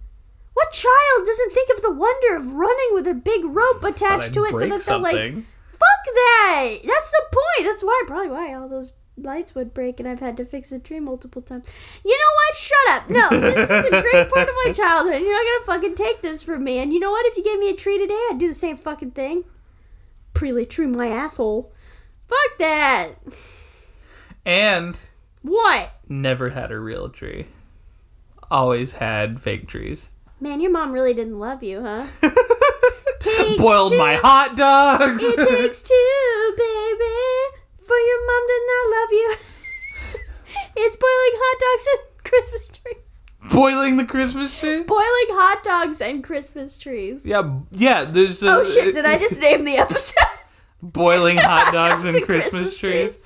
Speaker 1: What child doesn't think of the wonder of running with a big rope
Speaker 3: Thought
Speaker 1: attached
Speaker 3: I'd
Speaker 1: to it so
Speaker 3: break
Speaker 1: that they'll like
Speaker 3: something.
Speaker 1: fuck that? That's the point. That's why probably why all those lights would break and I've had to fix the tree multiple times. You know what? Shut up. No, this is a great part of my childhood. and You're not gonna fucking take this from me. And you know what? If you gave me a tree today, I'd do the same fucking thing. Prely true my asshole. Fuck that.
Speaker 3: And
Speaker 1: What?
Speaker 3: never had a real tree. Always had fake trees.
Speaker 1: Man, your mom really didn't love you, huh? Take
Speaker 3: Boiled my
Speaker 1: two.
Speaker 3: hot dogs.
Speaker 1: It takes two, baby, for your mom to not love you. it's boiling hot dogs and Christmas trees.
Speaker 3: Boiling the Christmas tree.
Speaker 1: Boiling hot dogs and Christmas trees.
Speaker 3: Yeah, yeah. There's a,
Speaker 1: Oh shit, did I just name the episode?
Speaker 3: boiling hot dogs and Christmas, trees?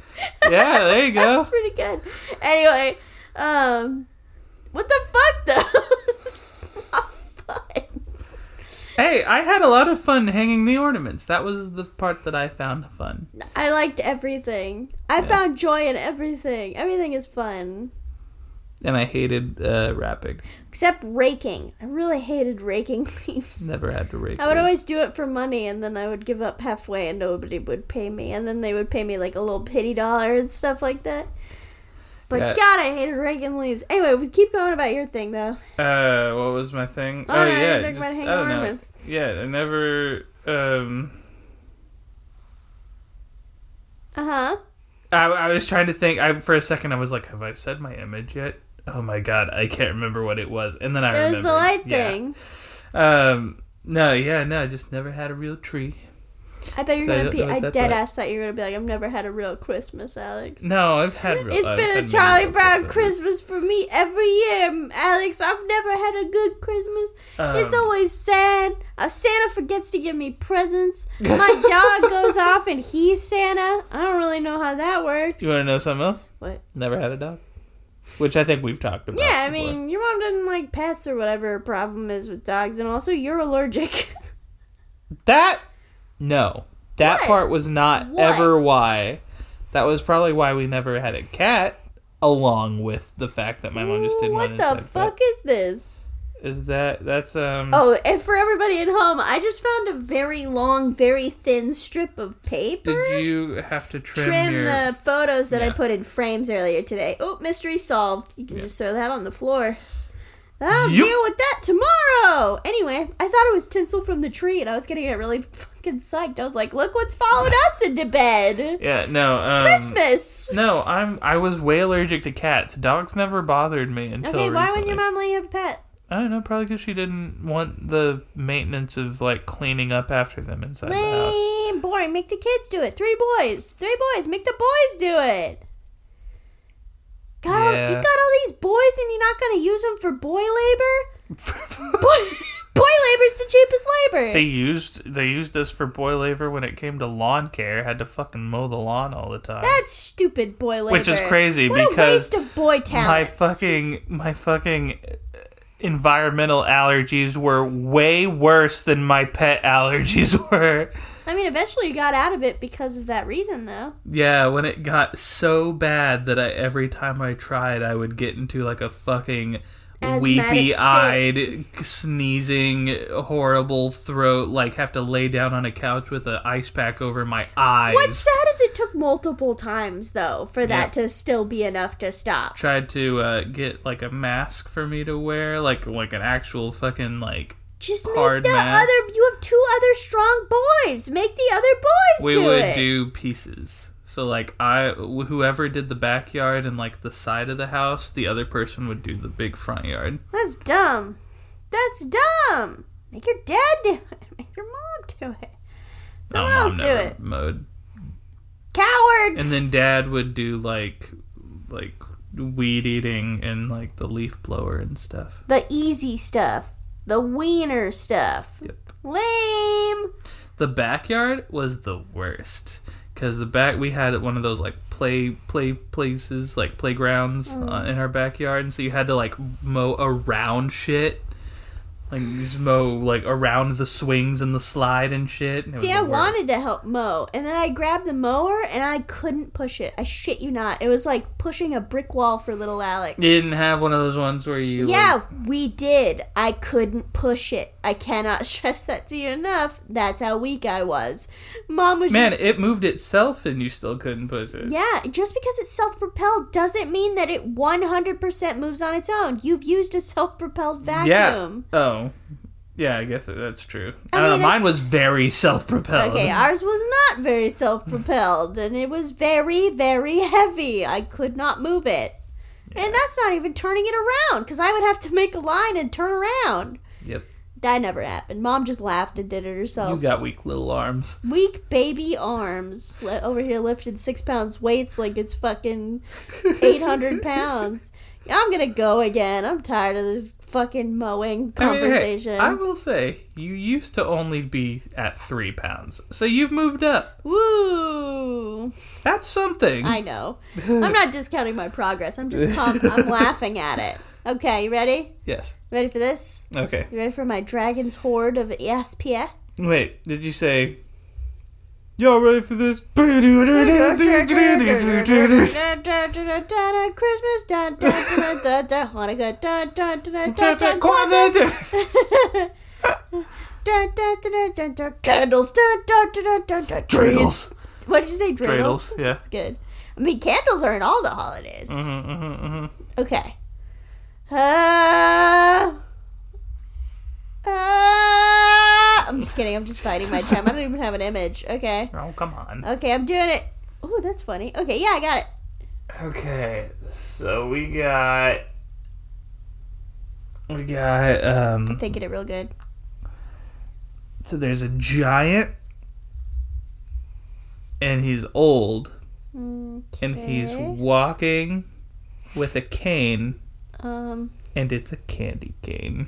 Speaker 3: Yeah, there you go.
Speaker 1: That's pretty good. Anyway, um, what the fuck though? It's not fun.
Speaker 3: Hey, I had a lot of fun hanging the ornaments. That was the part that I found fun.
Speaker 1: I liked everything. I found joy in everything. Everything is fun.
Speaker 3: And I hated uh, wrapping.
Speaker 1: Except raking. I really hated raking leaves.
Speaker 3: Never had to rake.
Speaker 1: I would
Speaker 3: leaves.
Speaker 1: always do it for money and then I would give up halfway and nobody would pay me. And then they would pay me like a little pity dollar and stuff like that. But
Speaker 3: Yeah.
Speaker 1: God, I hated raking leaves. Anyway, we keep going about your thing though.
Speaker 3: Uh, what was my thing?
Speaker 1: Oh,
Speaker 3: Oh,
Speaker 1: no, you're
Speaker 3: yeah,
Speaker 1: talking
Speaker 3: just,
Speaker 1: about hanging
Speaker 3: I don't
Speaker 1: ornaments.
Speaker 3: know. Yeah, I never. Um,
Speaker 1: Uh huh.
Speaker 3: I, I was trying to think. I for a second I was like, have I said my image yet? Oh my god, I can't remember what it was. And then I
Speaker 1: It was
Speaker 3: remembered.
Speaker 1: the light
Speaker 3: Yeah.
Speaker 1: thing.
Speaker 3: Um, no, yeah, no, I just never had a real tree.
Speaker 1: I bet you're
Speaker 3: So I
Speaker 1: gonna
Speaker 3: don't
Speaker 1: be.
Speaker 3: know what
Speaker 1: I
Speaker 3: that's
Speaker 1: dead
Speaker 3: like.
Speaker 1: ass thought you were gonna be like, I've never had a real Christmas, Alex.
Speaker 3: No, I've had. Real,
Speaker 1: It's
Speaker 3: I've
Speaker 1: been
Speaker 3: had
Speaker 1: a Charlie
Speaker 3: many
Speaker 1: Brown
Speaker 3: Christmases.
Speaker 1: Christmas for me every year, m- Alex. I've never had a good Christmas. it's
Speaker 3: Um,
Speaker 1: always sad. Uh, Santa forgets to give me presents. My dog goes off and he's Santa. I don't really know how that works.
Speaker 3: You want to know something else?
Speaker 1: What?
Speaker 3: Never had a dog. Which I think we've talked about.
Speaker 1: Yeah, I
Speaker 3: before.
Speaker 1: mean, your mom doesn't like pets or whatever her problem is with dogs, and also you're allergic.
Speaker 3: that. No, that
Speaker 1: What?
Speaker 3: part was not
Speaker 1: What?
Speaker 3: ever why. That was probably why we never had a cat. Along with the fact that my mom just didn't
Speaker 1: what
Speaker 3: want
Speaker 1: the
Speaker 3: insect pet.
Speaker 1: fuck is this?
Speaker 3: Is that that's um?
Speaker 1: Oh, and for everybody at home, I just found a very long, very thin strip of paper.
Speaker 3: Did you have to trim,
Speaker 1: trim
Speaker 3: your?
Speaker 1: the photos that I
Speaker 3: Yeah.
Speaker 1: put in frames earlier today. Oh, mystery solved. You can
Speaker 3: Yeah.
Speaker 1: just throw that on the floor. I'll
Speaker 3: Yup.
Speaker 1: deal with that tomorrow. Anyway, I thought it was tinsel from the tree, and I was gonna get really fucking psyched. I was like, "Look what's followed us into bed!
Speaker 3: Yeah, no. Um,
Speaker 1: Christmas."
Speaker 3: No, I'm. I was way allergic to cats. Dogs never bothered me until
Speaker 1: Okay, why wouldn't
Speaker 3: recently.
Speaker 1: your mom let you have a pet?
Speaker 3: I don't know. Probably because she didn't want the maintenance of like cleaning up after them inside the house.
Speaker 1: Lame, boring. Make the kids do it. Three boys, three boys. Make the boys do it. God, you
Speaker 3: Yeah.
Speaker 1: got all these boys, and you're not gonna use them for boy labor. boy, boy labor's the cheapest labor.
Speaker 3: they used they used us for boy labor when it came to lawn care. Had to fucking mow the lawn all the time.
Speaker 1: That's stupid boy labor.
Speaker 3: Which is crazy
Speaker 1: what
Speaker 3: because
Speaker 1: a waste of boy
Speaker 3: my
Speaker 1: talent.
Speaker 3: fucking my fucking uh, environmental allergies were way worse than my pet allergies were.
Speaker 1: I mean, eventually you got out of it because of that reason, though.
Speaker 3: Yeah, when it got so bad that I every time I tried, I would get into like a fucking
Speaker 1: Asthmatic
Speaker 3: weepy-eyed, sneezing, horrible throat. Like have to lay down on a couch with an ice pack over my eyes.
Speaker 1: What's sad is it took multiple times though for that to still be enough to stop.
Speaker 3: Tried to uh, get like a mask for me to wear, like like an actual fucking like.
Speaker 1: Just
Speaker 3: Hard
Speaker 1: make the
Speaker 3: math.
Speaker 1: other. You have two other strong boys. Make the other boys
Speaker 3: we
Speaker 1: do
Speaker 3: would
Speaker 1: it.
Speaker 3: do pieces. So like I, wh- whoever did the backyard and like the side of the house, the other person would do the big front yard.
Speaker 1: That's dumb. That's dumb. Make your dad do it. Make your mom do it. Someone
Speaker 3: My
Speaker 1: else
Speaker 3: mom
Speaker 1: do
Speaker 3: never
Speaker 1: it.
Speaker 3: mowed
Speaker 1: Coward.
Speaker 3: and then dad would do like like weed eating and like the leaf blower and stuff
Speaker 1: the easy stuff, the wiener stuff.
Speaker 3: Yep.
Speaker 1: Lame.
Speaker 3: the backyard was the worst because the back we had one of those like play play places like playgrounds uh,
Speaker 1: Mm.
Speaker 3: in our backyard and so you had to like mow around shit like you just mow like around the swings and the slide and shit and it
Speaker 1: See,
Speaker 3: was
Speaker 1: I
Speaker 3: the worst.
Speaker 1: wanted to help mow, and then I grabbed the mower and I couldn't push it. I shit you not. It was like pushing a brick wall for little Alex.
Speaker 3: you didn't have one of those ones where you like,
Speaker 1: Yeah, we did. I couldn't push it. I cannot stress that to you enough. That's how weak I was. Mom was
Speaker 3: man
Speaker 1: just.
Speaker 3: it moved itself and you still couldn't push it
Speaker 1: Yeah, just because it's self propelled doesn't mean that it 100% moves on its own. You've used a self propelled vacuum.
Speaker 3: Yeah. Oh. Yeah, I guess that- that's true.
Speaker 1: I
Speaker 3: I, don't
Speaker 1: mean,
Speaker 3: know. Mine
Speaker 1: it's-
Speaker 3: was very self-propelled.
Speaker 1: Okay, ours was not very self propelled, and it was very, very heavy. I could not move it. And that's not even turning it around, because I would have to make a line and turn around.
Speaker 3: Yep.
Speaker 1: That never happened. Mom just laughed and did it
Speaker 3: You
Speaker 1: herself.
Speaker 3: got weak little arms.
Speaker 1: Weak baby arms. li- Over here lifting six pounds weights like it's fucking 800 pounds. I'm gonna go again. I'm tired of this fucking mowing
Speaker 3: I mean, hey,
Speaker 1: conversation.
Speaker 3: I will say, you used to only be at three pounds, so you've moved up.
Speaker 1: Woo!
Speaker 3: That's something.
Speaker 1: I know. I'm not discounting my progress. I'm just calm. I'm laughing at it. Okay, you ready?
Speaker 3: yes.
Speaker 1: Ready for this?
Speaker 3: Okay.
Speaker 1: You ready for my dragon's horde of E ESPN?
Speaker 3: Wait. Did you say? Y'all ready for this?
Speaker 1: Christmas, dun, dun, dun, dun, dun, Hanukkah, dun, dun, dun, dun, dun, Kwanzaa. Dun, dun, dun, dun, dun, dun, Candles, dun, dun, dun, dun, dun, dun, trees.
Speaker 3: Dreidels.
Speaker 1: What did you say? Dreidels.
Speaker 3: Dreidels. Yeah.
Speaker 1: That's good. I mean, candles are in all the holidays.
Speaker 3: Mm-hmm,
Speaker 1: Okay. Uh, uh, I'm just kidding. I'm just fighting my time. I don't even have an image. Okay.
Speaker 3: Oh come on.
Speaker 1: Okay, I'm doing it. Oh, that's funny. Okay, yeah, I got it.
Speaker 3: Okay, so we got we got um
Speaker 1: Thinking it real good.
Speaker 3: so there's a giant and he's old
Speaker 1: Okay.
Speaker 3: and he's walking with a cane
Speaker 1: um
Speaker 3: and it's a candy cane.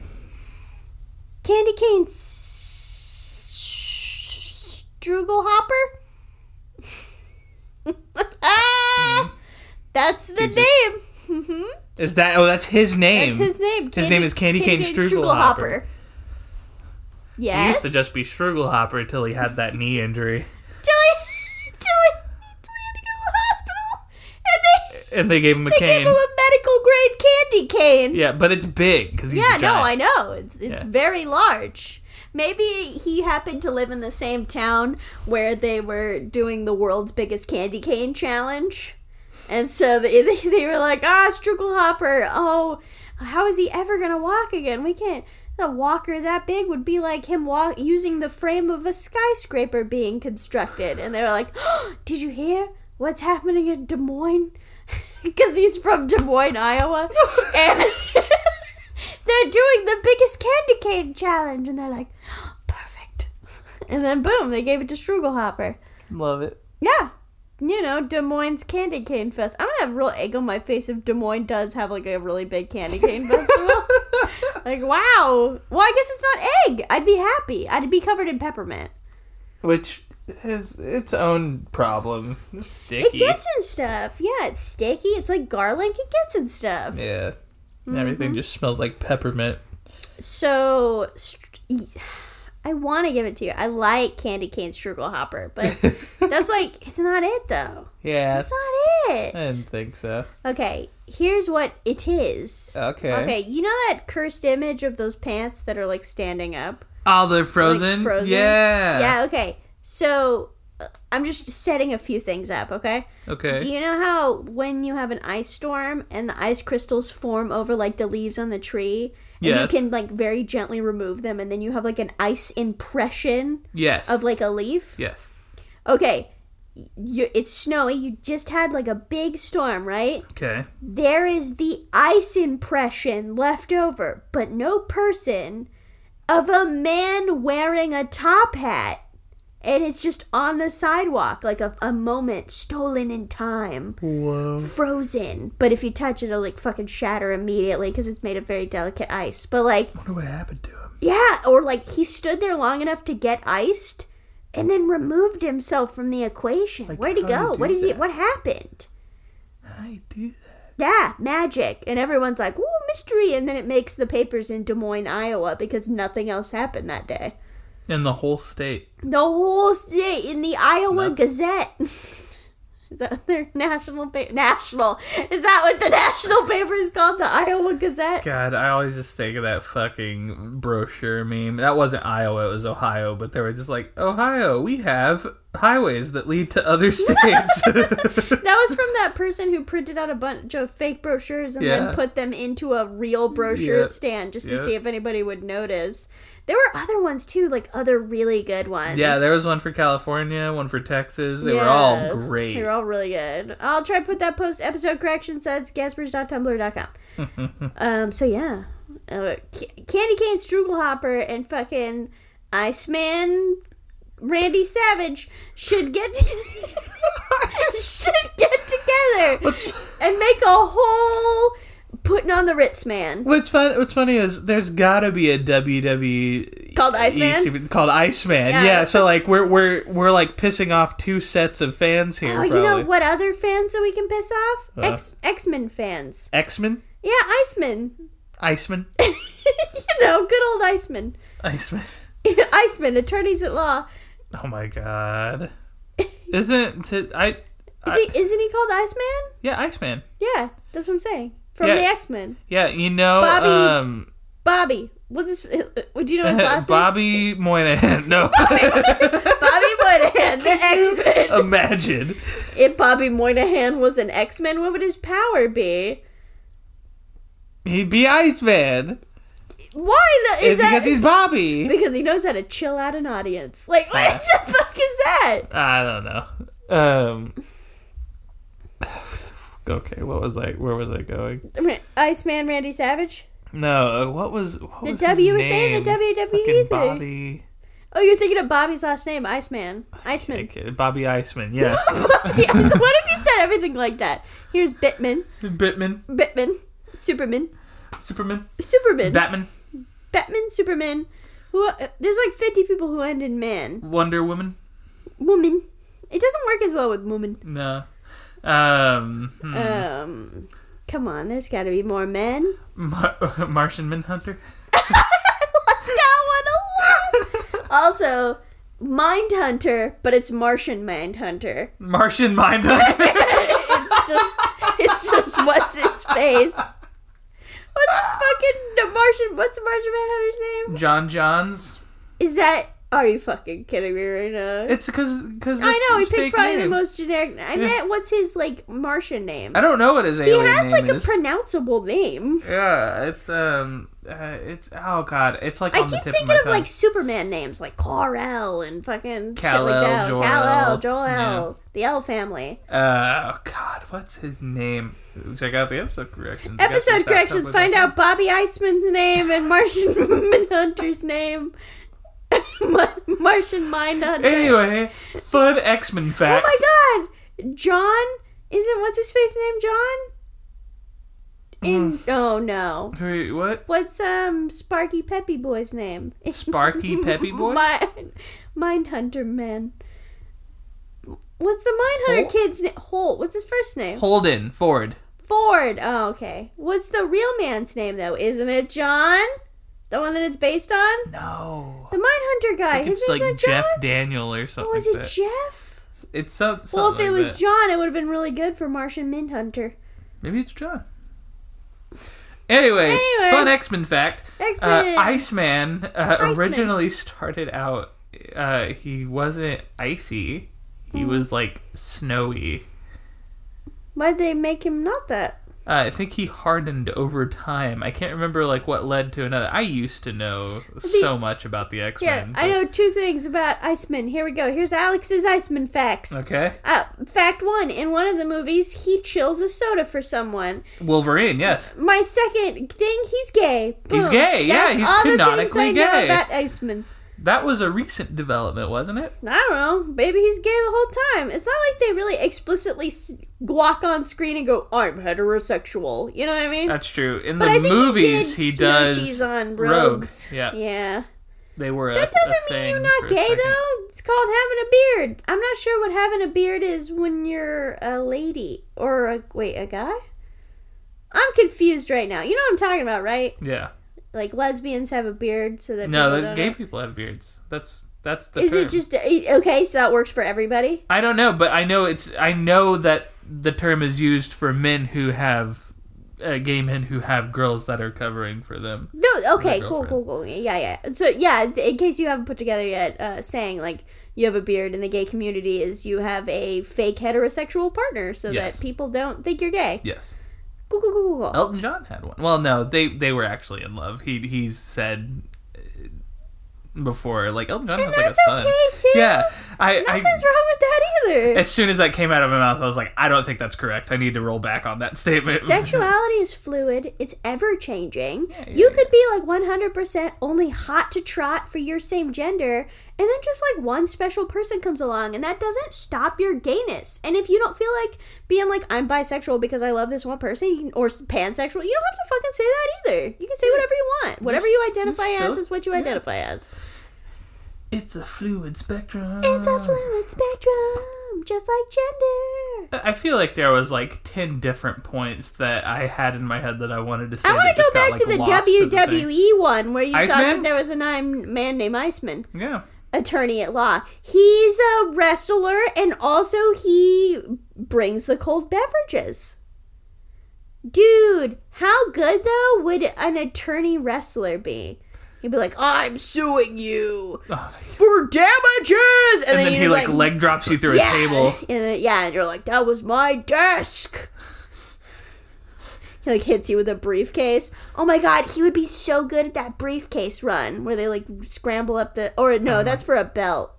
Speaker 1: candy cane s- strugel hopper. That's
Speaker 3: Mm-hmm. He
Speaker 1: the
Speaker 3: just-
Speaker 1: name. hmm
Speaker 3: Is that? Oh, that's his name.
Speaker 1: That's his name.
Speaker 3: name is Candy Cane Strugelhopper.
Speaker 1: Yes.
Speaker 3: He used to just be Strugelhopper till he had that knee injury,
Speaker 1: till he, till he, till he had to go to the hospital, and they,
Speaker 3: and they gave him a
Speaker 1: they
Speaker 3: cane.
Speaker 1: gave him a medical grade candy cane.
Speaker 3: yeah, but it's big because he's
Speaker 1: Yeah,
Speaker 3: a
Speaker 1: no, I
Speaker 3: giant.
Speaker 1: know. It's it's
Speaker 3: Yeah.
Speaker 1: very large. Maybe he happened to live in the same town where they were doing the world's biggest candy cane challenge. And so they, they, they were like, ah, Strugelhopper, oh, how is he ever going to walk again? We can't. The walker that big would be like him walk, using the frame of a skyscraper being constructed. And they were like, oh, did you hear what's happening in Des Moines? Because he's from Des Moines, Iowa. and they're doing the biggest candy cane challenge. And they're like, perfect. And then boom, they gave it to Strugelhopper.
Speaker 3: Love it.
Speaker 1: Yeah. You know, Des Moines Candy Cane Fest. I'm gonna have real egg on my face if Des Moines does have like a really big candy cane festival. like, wow. Well, I guess it's not egg. I'd be happy. I'd be covered in peppermint.
Speaker 3: Which is its own problem. It's
Speaker 1: It
Speaker 3: sticky.
Speaker 1: gets in stuff. Yeah, it's sticky. It's like garlic. It gets in stuff.
Speaker 3: yeah.
Speaker 1: Mm-hmm.
Speaker 3: Everything just smells like peppermint.
Speaker 1: So, str- e-, I want to give it to you. I like candy cane Strugelhopper, but that's like it's not it though.
Speaker 3: yeah.
Speaker 1: It's not it.
Speaker 3: I didn't think so.
Speaker 1: Okay, here's what it is.
Speaker 3: Okay.
Speaker 1: Okay, you know that cursed image of those pants that are like standing up?
Speaker 3: Oh, they're frozen?
Speaker 1: frozen?
Speaker 3: Yeah.
Speaker 1: yeah, okay. So uh, I'm just setting a few things up, okay?
Speaker 3: Okay.
Speaker 1: Do you know how when you have an ice storm and the ice crystals form over like the leaves on the tree? And you
Speaker 3: Yes.
Speaker 1: can like very gently remove them and then you have like an ice impression
Speaker 3: yes.
Speaker 1: of like a leaf?
Speaker 3: yes.
Speaker 1: Okay. You, it's snowy. You just had like a big storm, right?
Speaker 3: Okay.
Speaker 1: there is the ice impression left over, but no person of a man wearing a top hat. And it's just on the sidewalk, like a, a moment stolen in time,
Speaker 3: Whoa.
Speaker 1: frozen. But if you touch it, it'll like fucking shatter immediately because it's made of very delicate ice. But like,
Speaker 3: wonder what happened to him.
Speaker 1: yeah, or like he stood there long enough to get iced and then removed himself from the equation.
Speaker 3: Like,
Speaker 1: Where'd he
Speaker 3: how do you
Speaker 1: go?
Speaker 3: do
Speaker 1: What did he,
Speaker 3: that?
Speaker 1: what happened?
Speaker 3: I do that.
Speaker 1: Yeah, magic. And everyone's like, ooh, mystery. And then it makes the papers in Des Moines, Iowa because nothing else happened that day.
Speaker 3: In the whole state.
Speaker 1: The whole state in the Iowa
Speaker 3: Nothing.
Speaker 1: Gazette. Is that their national paper? National. Is that what the national paper is called? The Iowa Gazette?
Speaker 3: God, I always just think of that fucking brochure meme. That wasn't Iowa, it was Ohio, but they were just like, Ohio, we have highways that lead to other states.
Speaker 1: That was from that person who printed out a bunch of fake brochures and
Speaker 3: Yeah.
Speaker 1: then put them into a real brochure
Speaker 3: Yeah.
Speaker 1: stand just to
Speaker 3: Yeah.
Speaker 1: see if anybody would notice. There were other ones too, like other really good ones.
Speaker 3: yeah, there was one for California, one for Texas. They were all
Speaker 1: Yeah,
Speaker 3: great.
Speaker 1: They're all really good. I'll try to put that post episode correction sites gaspers.tumblr.com. um, so yeah, uh, C- Candy Cane Strugelhopper and fucking Iceman Randy Savage should get should get together
Speaker 3: What's-
Speaker 1: and make a whole putting on the Ritz man.
Speaker 3: What's fun? What's funny is there's gotta be a E WWE
Speaker 1: Called Iceman?
Speaker 3: EC called Iceman.
Speaker 1: Yeah.
Speaker 3: Yeah. so like we're we're we're like pissing off two sets of fans here.
Speaker 1: Oh, you
Speaker 3: probably.
Speaker 1: know what other fans that we can piss off?
Speaker 3: Huh?
Speaker 1: X X Men fans.
Speaker 3: X Men,
Speaker 1: Yeah, Iceman.
Speaker 3: Iceman,
Speaker 1: you know, good old Iceman.
Speaker 3: Iceman.
Speaker 1: Iceman, attorneys at law.
Speaker 3: Oh my god! Isn't t- I?
Speaker 1: Is
Speaker 3: I-
Speaker 1: he, isn't he called Iceman?
Speaker 3: yeah, Iceman.
Speaker 1: Yeah, that's what I'm saying. From
Speaker 3: Yeah.
Speaker 1: the X Men.
Speaker 3: Yeah, you know,
Speaker 1: Bobby-
Speaker 3: um,
Speaker 1: Bobby. What's his. Would you know his last
Speaker 3: Bobby Moynihan. No,
Speaker 1: name? Bobby Moynihan, the X Men.
Speaker 3: Oh. imagine.
Speaker 1: if Bobby Moynihan was an X Men, what would his power be?
Speaker 3: He'd be Iceman.
Speaker 1: Why the, is
Speaker 3: It's
Speaker 1: that.
Speaker 3: because he's Bobby.
Speaker 1: because he knows how to chill out an audience. Like, what
Speaker 3: Uh.
Speaker 1: the fuck is that?
Speaker 3: I don't know. Um. Okay, what was I? Where was I going?
Speaker 1: Ra- Iceman Randy Savage?
Speaker 3: No, uh, what was what
Speaker 1: The
Speaker 3: was
Speaker 1: W
Speaker 3: His
Speaker 1: was
Speaker 3: name?
Speaker 1: saying the E WWE
Speaker 3: Fucking
Speaker 1: thing.
Speaker 3: Bobby.
Speaker 1: Oh, you're thinking of Bobby's last name, Iceman. Iceman.
Speaker 3: Okay, uh, Bobby Iceman, yeah.
Speaker 1: Bobby Ice- what if you said everything like that? Here's Bitman,
Speaker 3: Bitman,
Speaker 1: Bitman, Superman,
Speaker 3: Superman,
Speaker 1: Superman,
Speaker 3: Batman,
Speaker 1: Batman, Superman. Who? uh, There's like 50 people who end in man,
Speaker 3: Wonder Woman.
Speaker 1: woman. It doesn't work as well with woman.
Speaker 3: No. Um, hmm.
Speaker 1: Um, come on, there's got to be more men.
Speaker 3: Mar- Martian Manhunter.
Speaker 1: that one alone. Also, Mindhunter, but it's Martian Mindhunter.
Speaker 3: Martian Mindhunter.
Speaker 1: it's just, it's just what's his face. What's his fucking the Martian? What's Martian Manhunter's name?
Speaker 3: John Johns.
Speaker 1: Is that? Are you fucking kidding me right now?
Speaker 3: It's because because
Speaker 1: I know he picked probably the most generic. I meant what's his like Martian name?
Speaker 3: I don't know what his
Speaker 1: He
Speaker 3: alien
Speaker 1: has
Speaker 3: name
Speaker 1: like a
Speaker 3: is.
Speaker 1: pronounceable name.
Speaker 3: yeah, it's um, uh, it's oh god, it's like
Speaker 1: I
Speaker 3: on the
Speaker 1: keep
Speaker 3: tip of
Speaker 1: thinking
Speaker 3: my
Speaker 1: of
Speaker 3: tongue.
Speaker 1: like Superman names, like Kal-El and fucking
Speaker 3: Kal-El,
Speaker 1: shit like that. Kal-El,
Speaker 3: Jor-El.
Speaker 1: Joel, the L family.
Speaker 3: Uh, oh god, what's his name? Check out the episode corrections.
Speaker 1: Episode corrections. Find out Bobby Iceman's name and Martian Manhunter's name. Ma- Martian Mindhunter.
Speaker 3: Anyway, fun X Men
Speaker 1: Oh
Speaker 3: fact.
Speaker 1: my God, John isn't what's his face name? John. In
Speaker 3: Mm.
Speaker 1: oh no,
Speaker 3: Wait, what?
Speaker 1: what's um Sparky Peppy Boy's name?
Speaker 3: Sparky Peppy Boy?
Speaker 1: Mind Mindhunter man. What's the Mindhunter
Speaker 3: Holt?
Speaker 1: kid's name? Holt. What's his first name?
Speaker 3: Holden Ford.
Speaker 1: Ford. Oh, okay. What's the real man's name though? Isn't it John? The one that it's based on?
Speaker 3: No.
Speaker 1: The Mindhunter guy.
Speaker 3: I think
Speaker 1: His
Speaker 3: it's
Speaker 1: name's
Speaker 3: like
Speaker 1: not John.
Speaker 3: Jeff Daniel or something.
Speaker 1: oh, is
Speaker 3: like
Speaker 1: it
Speaker 3: that.
Speaker 1: Jeff?
Speaker 3: It's so, something
Speaker 1: Well, if it
Speaker 3: like
Speaker 1: was
Speaker 3: that.
Speaker 1: John, it would have been really good for Martian Mindhunter.
Speaker 3: maybe it's John. Anyway,
Speaker 1: Anyway.
Speaker 3: fun X Men fact.
Speaker 1: X
Speaker 3: Uh,
Speaker 1: Men.
Speaker 3: Iceman uh,
Speaker 1: Iceman.
Speaker 3: originally started out. Uh, he wasn't icy. He
Speaker 1: Hmm.
Speaker 3: was like snowy.
Speaker 1: Why'd they make him not that?
Speaker 3: Uh, I think he hardened over time. I can't remember like what led to another. I used to know so much about the X
Speaker 1: Here,
Speaker 3: Men.
Speaker 1: I know two things about Iceman. Here we go. Here's Alex's Iceman facts.
Speaker 3: Okay,
Speaker 1: Uh, fact one: In one of the movies, he chills a soda for someone.
Speaker 3: Wolverine. Yes,
Speaker 1: My second thing: he's gay.
Speaker 3: He's
Speaker 1: Boom.
Speaker 3: gay, yeah,
Speaker 1: That's
Speaker 3: he's
Speaker 1: all the
Speaker 3: canonically
Speaker 1: things I know
Speaker 3: gay.
Speaker 1: about Iceman.
Speaker 3: that was a recent development, wasn't it?
Speaker 1: I don't know. Maybe he's gay the whole time. It's not like they really explicitly s- walk on screen and go, "I'm heterosexual." You know what I mean?
Speaker 3: That's true. In
Speaker 1: but
Speaker 3: the
Speaker 1: I think
Speaker 3: movies,
Speaker 1: he, did
Speaker 3: does.
Speaker 1: smoochies on
Speaker 3: Rogue.
Speaker 1: rogues.
Speaker 3: Yeah.
Speaker 1: Yeah.
Speaker 3: They were.
Speaker 1: That
Speaker 3: a,
Speaker 1: doesn't
Speaker 3: a
Speaker 1: mean
Speaker 3: thing
Speaker 1: you're
Speaker 3: for
Speaker 1: not
Speaker 3: a
Speaker 1: gay,
Speaker 3: second.
Speaker 1: though. It's called having a beard. I'm not sure what having a beard is when you're a lady or a wait, a guy. I'm confused right now. You know what I'm talking about, right?
Speaker 3: Yeah.
Speaker 1: Like lesbians have a beard, so that
Speaker 3: No,
Speaker 1: people
Speaker 3: the
Speaker 1: don't
Speaker 3: gay
Speaker 1: know.
Speaker 3: people have beards. That's that's the
Speaker 1: Is
Speaker 3: term.
Speaker 1: it just okay? So that works for everybody.
Speaker 3: I don't know, but I know it's. I know that the term is used for men who have uh, gay men who have girls that are covering for them.
Speaker 1: No, okay,
Speaker 3: My
Speaker 1: cool, cool,
Speaker 3: girlfriend.
Speaker 1: cool. Yeah, yeah. So yeah, in case you haven't put together yet, uh, saying like you have a beard in the gay community is you have a fake heterosexual partner, so
Speaker 3: Yes.
Speaker 1: that people don't think you're gay.
Speaker 3: Yes.
Speaker 1: Cool, cool, cool, cool, cool.
Speaker 3: Elton John had one. Well, no, they they were actually in love. He he's said uh, before like Elton John
Speaker 1: And
Speaker 3: has like a
Speaker 1: that's
Speaker 3: son.
Speaker 1: okay too.
Speaker 3: Yeah, I I.
Speaker 1: Nothing's wrong with that either.
Speaker 3: As soon as that came out of my mouth, I was like, I don't think that's correct. I need to roll back on that statement.
Speaker 1: Sexuality is fluid. It's ever changing.
Speaker 3: yeah,
Speaker 1: you
Speaker 3: yeah.
Speaker 1: could be like 100% only hot to trot for your same gender, and then just like one special person comes along, and that doesn't stop your gayness. And if you don't feel like being like, I'm bisexual because I love this one person, you can- or s- pansexual, you don't have to fucking say that either. You can say whatever you want. Whatever you identify as
Speaker 3: still-
Speaker 1: is what you identify as.
Speaker 3: It's a fluid spectrum.
Speaker 1: It's a fluid spectrum, just like gender.
Speaker 3: I feel like there was like ten different points that I had in my head that I wanted to say.
Speaker 1: I want
Speaker 3: that
Speaker 1: to go
Speaker 3: just got,
Speaker 1: back
Speaker 3: like,
Speaker 1: to the E.
Speaker 3: lost in the thing.
Speaker 1: WWE one where you thought that
Speaker 3: Iceman?
Speaker 1: there was a nine- man named Iceman,
Speaker 3: yeah,
Speaker 1: attorney at law. He's a wrestler and also he brings the cold beverages. Dude, how good though would an attorney wrestler be? He'd be like, "I'm suing you
Speaker 3: Oh,
Speaker 1: for damages," and,
Speaker 3: and, then,
Speaker 1: you
Speaker 3: he
Speaker 1: just
Speaker 3: like, leg drops you through a
Speaker 1: yeah.
Speaker 3: table.
Speaker 1: And, uh, yeah, and you're like, that was my desk. He like hits you with a briefcase. Oh my god, he would be so
Speaker 3: Uh-huh.
Speaker 1: good at that briefcase run where they like scramble up the. Or no, that's for a belt.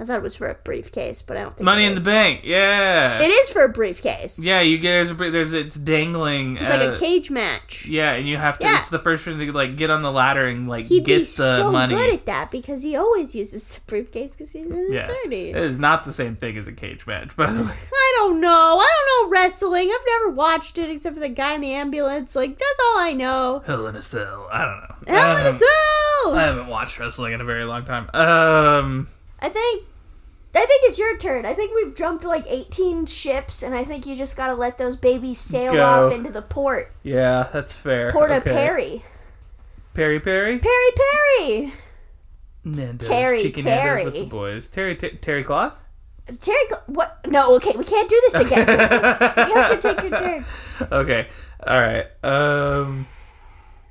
Speaker 1: I thought it was for a briefcase, but I don't think
Speaker 3: Money
Speaker 1: it
Speaker 3: in the
Speaker 1: is.
Speaker 3: bank. Yeah.
Speaker 1: It is for a briefcase.
Speaker 3: yeah, you get there's a, br- there's it's dangling.
Speaker 1: It's like
Speaker 3: uh,
Speaker 1: a cage match.
Speaker 3: Yeah, and you have to.
Speaker 1: Yeah.
Speaker 3: It's the first person to like get on the ladder and like
Speaker 1: He'd
Speaker 3: get
Speaker 1: be
Speaker 3: the
Speaker 1: so
Speaker 3: money.
Speaker 1: good at that because he always uses the briefcase because he's an
Speaker 3: Yeah. Uh,
Speaker 1: attorney.
Speaker 3: It is not the same thing as a cage match, by the way.
Speaker 1: I don't know. I don't know wrestling. I've never watched it except for the guy in the ambulance. Like that's all I know.
Speaker 3: Hell in a cell. I don't know.
Speaker 1: Hell in a
Speaker 3: Um,
Speaker 1: cell.
Speaker 3: I haven't watched wrestling in a very long time. Um,
Speaker 6: I think I think it's your turn. I think we've jumped like 18 ships and I think you just got to let those babies sail
Speaker 3: Go.
Speaker 6: off into the port.
Speaker 3: yeah, that's fair.
Speaker 6: Port of
Speaker 3: Okay.
Speaker 6: Perry.
Speaker 3: Perry Perry.
Speaker 6: Perry Perry.
Speaker 3: Nando's,
Speaker 6: Terry,
Speaker 3: Chicken
Speaker 6: Terry.
Speaker 3: Nando's with the boys. Terry Ter- Terry Cloth.
Speaker 6: Terry Cl- what No, okay, we can't do this again.
Speaker 3: you
Speaker 1: have to take your turn.
Speaker 3: Okay. All right. Um,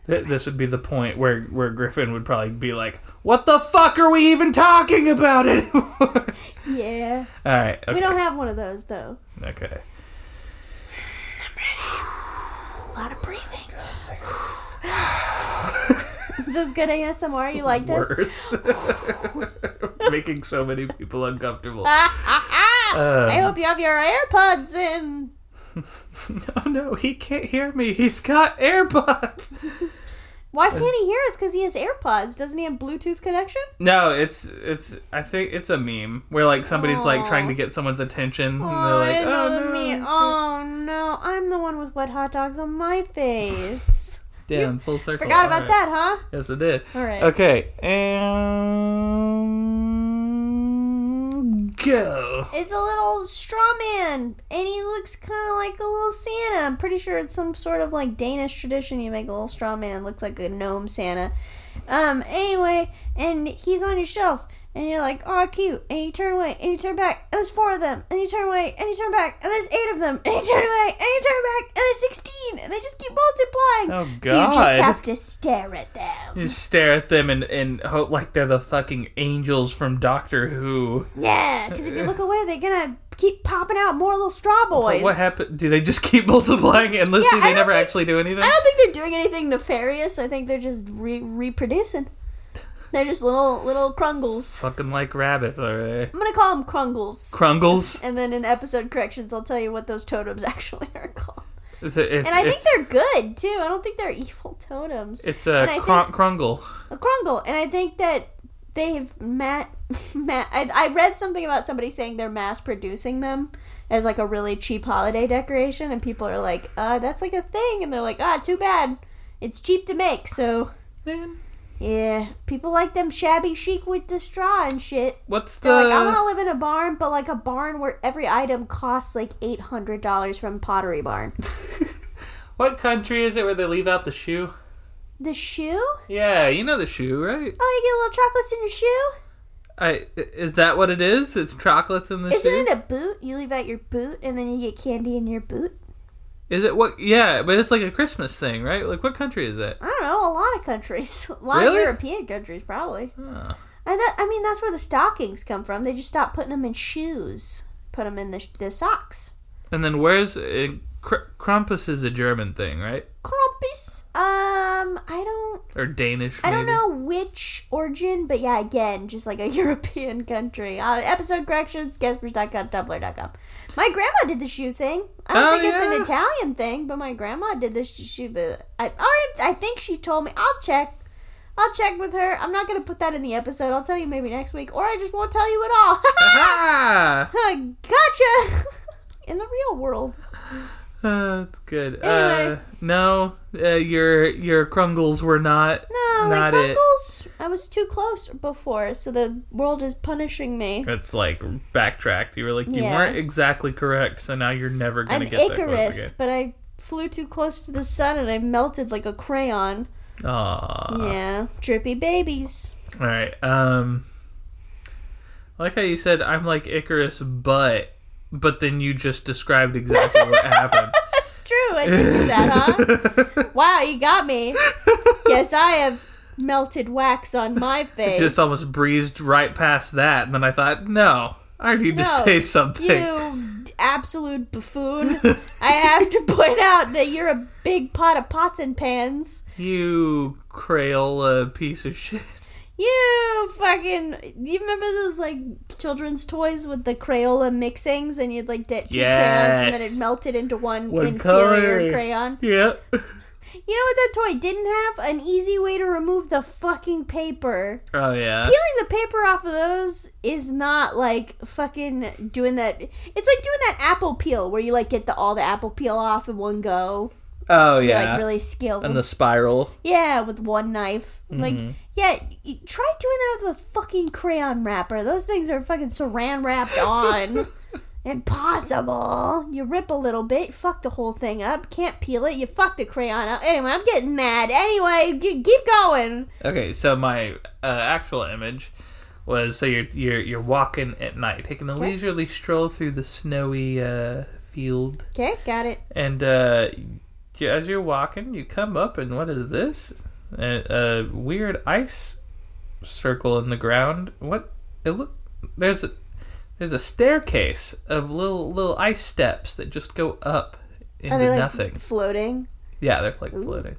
Speaker 3: th- this would be the point where where Griffin would probably be like, "What the fuck are we even talking about anymore?" All
Speaker 1: yeah.
Speaker 3: right. Okay.
Speaker 1: We don't have one of those though.
Speaker 3: okay.
Speaker 6: a lot of breathing.
Speaker 1: Is this good ASMR? You like this?
Speaker 3: Worse. Making so many people uncomfortable.
Speaker 1: Uh,
Speaker 3: Um,
Speaker 6: Uh.
Speaker 1: I hope you have your AirPods in.
Speaker 3: No, no, he can't hear me. He's got AirPods.
Speaker 1: Why can't he hear us? Because he has AirPods. Doesn't he have Bluetooth connection?
Speaker 3: No, it's it's. I think it's a meme where like somebody's like
Speaker 1: Aw.
Speaker 3: trying to get someone's attention,
Speaker 1: Oh,
Speaker 3: and they're
Speaker 1: I
Speaker 3: like,
Speaker 1: didn't know
Speaker 3: "Oh
Speaker 1: the
Speaker 3: no,
Speaker 1: meme. Oh no, I'm the one with wet hot dogs on my face.
Speaker 3: damn, full circle."
Speaker 1: Forgot about
Speaker 3: Alright.
Speaker 1: that, huh?
Speaker 3: Yes, it did.
Speaker 1: All right.
Speaker 3: Okay, and go.
Speaker 1: It's a little straw man, and he looks kind of like a little Santa. I'm pretty sure it's some sort of like Danish tradition. You make a little straw man, looks like a gnome Santa. Um, anyway, and he's on your shelf, and you're like, oh, cute. And you turn away, and you turn back, and there's four of them, and you turn away, and you turn back, and there's eight of them, and you turn away, and you turn back, and there's 16, and they just keep multiplying.
Speaker 3: Oh
Speaker 1: So you just
Speaker 3: God!
Speaker 1: have to stare at them.
Speaker 3: You stare at them and, and hope like they're the fucking angels from Doctor Who.
Speaker 1: Yeah, because if you look away, they're gonna keep popping out more little straw boys.
Speaker 3: But what happened? Do they just keep multiplying endlessly?
Speaker 1: Yeah, I
Speaker 3: they
Speaker 1: don't
Speaker 3: never
Speaker 1: think-
Speaker 3: actually do anything.
Speaker 1: I don't think they're doing anything nefarious. I think they're just re- reproducing. They're just little little crungles.
Speaker 3: Fucking like rabbits over there.
Speaker 1: I'm gonna call them crungles.
Speaker 3: Crungles.
Speaker 1: And then in episode corrections, I'll tell you what those totems actually are called.
Speaker 3: It's a, it's,
Speaker 1: And I think
Speaker 3: it's,
Speaker 1: they're good too. I don't think they're evil totems.
Speaker 3: it's
Speaker 1: and
Speaker 3: a
Speaker 1: I
Speaker 3: cr- crungle.
Speaker 1: a crungle, and I think that they've ma- ma- I, I read something about somebody saying they're mass producing them as like a really cheap holiday decoration, and people are like, "Uh, that's like a thing," and they're like, "Ah, too bad, it's cheap to make." So
Speaker 3: Man,
Speaker 1: yeah, people like them shabby chic with the straw and shit.
Speaker 3: what's the?
Speaker 1: They're like, I want to live in a barn, but like a barn where every item costs like eight hundred dollars from Pottery Barn.
Speaker 3: what country is it where they leave out the shoe?
Speaker 1: The shoe?
Speaker 3: Yeah, you know the shoe, right?
Speaker 1: Oh, you get little chocolates in your shoe?
Speaker 3: I is that what it is? It's chocolates in the
Speaker 1: Isn't
Speaker 3: shoe.
Speaker 1: it a boot? You leave out your boot and then you get candy in your boot?
Speaker 3: Is it what? Yeah, but it's like a Christmas thing, right? Like what country is that?
Speaker 1: I don't know. A lot of countries, a lot
Speaker 3: Really?
Speaker 1: of European countries, probably.
Speaker 3: Oh.
Speaker 1: I th- I mean, that's where the stockings come from. They just stopped putting them in shoes, put them in the, sh- the socks.
Speaker 3: And then where's uh, Kr- Krampus is a German thing, right?
Speaker 1: Krampus. Um, I don't,
Speaker 3: Or Danish?
Speaker 1: I don't
Speaker 3: maybe?
Speaker 1: know which origin, but yeah, again, just like a European country. Uh, episode corrections: Gaspers.com, My grandma did the shoe thing. I don't
Speaker 3: Oh,
Speaker 1: think it's
Speaker 3: yeah.
Speaker 1: an Italian thing, but my grandma did the sh- shoe. But I, or I think she told me. I'll check. I'll check with her. I'm not gonna put that in the episode. I'll tell you maybe next week, or I just won't tell you at all.
Speaker 3: Ah,
Speaker 1: gotcha. in the real world,
Speaker 3: Uh, that's good. Uh,
Speaker 1: Anyway.
Speaker 3: no, uh, your your crungles were not.
Speaker 1: no,
Speaker 3: Not
Speaker 1: like
Speaker 3: it.
Speaker 1: uncles. I was too close before, so the world is punishing me.
Speaker 3: It's like backtracked. You were like you
Speaker 1: Yeah.
Speaker 3: weren't exactly correct, so now you're never
Speaker 1: I'm
Speaker 3: gonna get that close
Speaker 1: Icarus,
Speaker 3: again.
Speaker 1: but I flew too close to the sun and I melted like a crayon.
Speaker 3: Aww.
Speaker 1: yeah, drippy babies.
Speaker 3: All right. Um, I like how you said I'm like Icarus, but but then you just described exactly what happened.
Speaker 1: That's true. I did do that, huh? wow, you got me. Yes, I have melted wax on my face.
Speaker 3: Just almost breezed right past that, and then I thought, no, I need to
Speaker 1: No,
Speaker 3: say something.
Speaker 1: You absolute buffoon. I have to point out that you're a big pot of pots and pans.
Speaker 3: You Crayola piece of shit.
Speaker 1: You fucking. Do you remember those like children's toys with the Crayola mixings, and you'd like get two crayons, and then
Speaker 3: Yes.
Speaker 1: it melted into one,
Speaker 3: One
Speaker 1: inferior
Speaker 3: color.
Speaker 1: crayon?
Speaker 3: Yep.
Speaker 1: You know what that toy didn't have? An easy way to remove the fucking paper.
Speaker 3: Oh yeah.
Speaker 1: Peeling the paper off of those is not like fucking doing that. It's like doing that apple peel where you like get the all the apple peel off in one go.
Speaker 3: Oh
Speaker 1: You're,
Speaker 3: yeah.
Speaker 1: like really skilled.
Speaker 3: and the spiral.
Speaker 1: Yeah, with one knife.
Speaker 3: Mhm.
Speaker 1: Like, yeah, y- try doing that with a fucking crayon wrapper. Those things are fucking saran wrapped on. Impossible. You rip a little bit, fuck the whole thing up. Can't peel it. You fuck the crayon up. Anyway, I'm getting mad. Anyway, g- keep going.
Speaker 3: Okay, so my uh, actual image was so you're you're you're walking at night, taking a leisurely stroll through the snowy uh, field,
Speaker 1: Okay, got it.
Speaker 3: and uh, you, as you're walking, you come up and what is this? A, a weird ice circle in the ground. What it look? There's a there's a staircase of little little ice steps that just go up into
Speaker 1: Are they like
Speaker 3: nothing.
Speaker 1: floating?
Speaker 3: Yeah, they're like floating.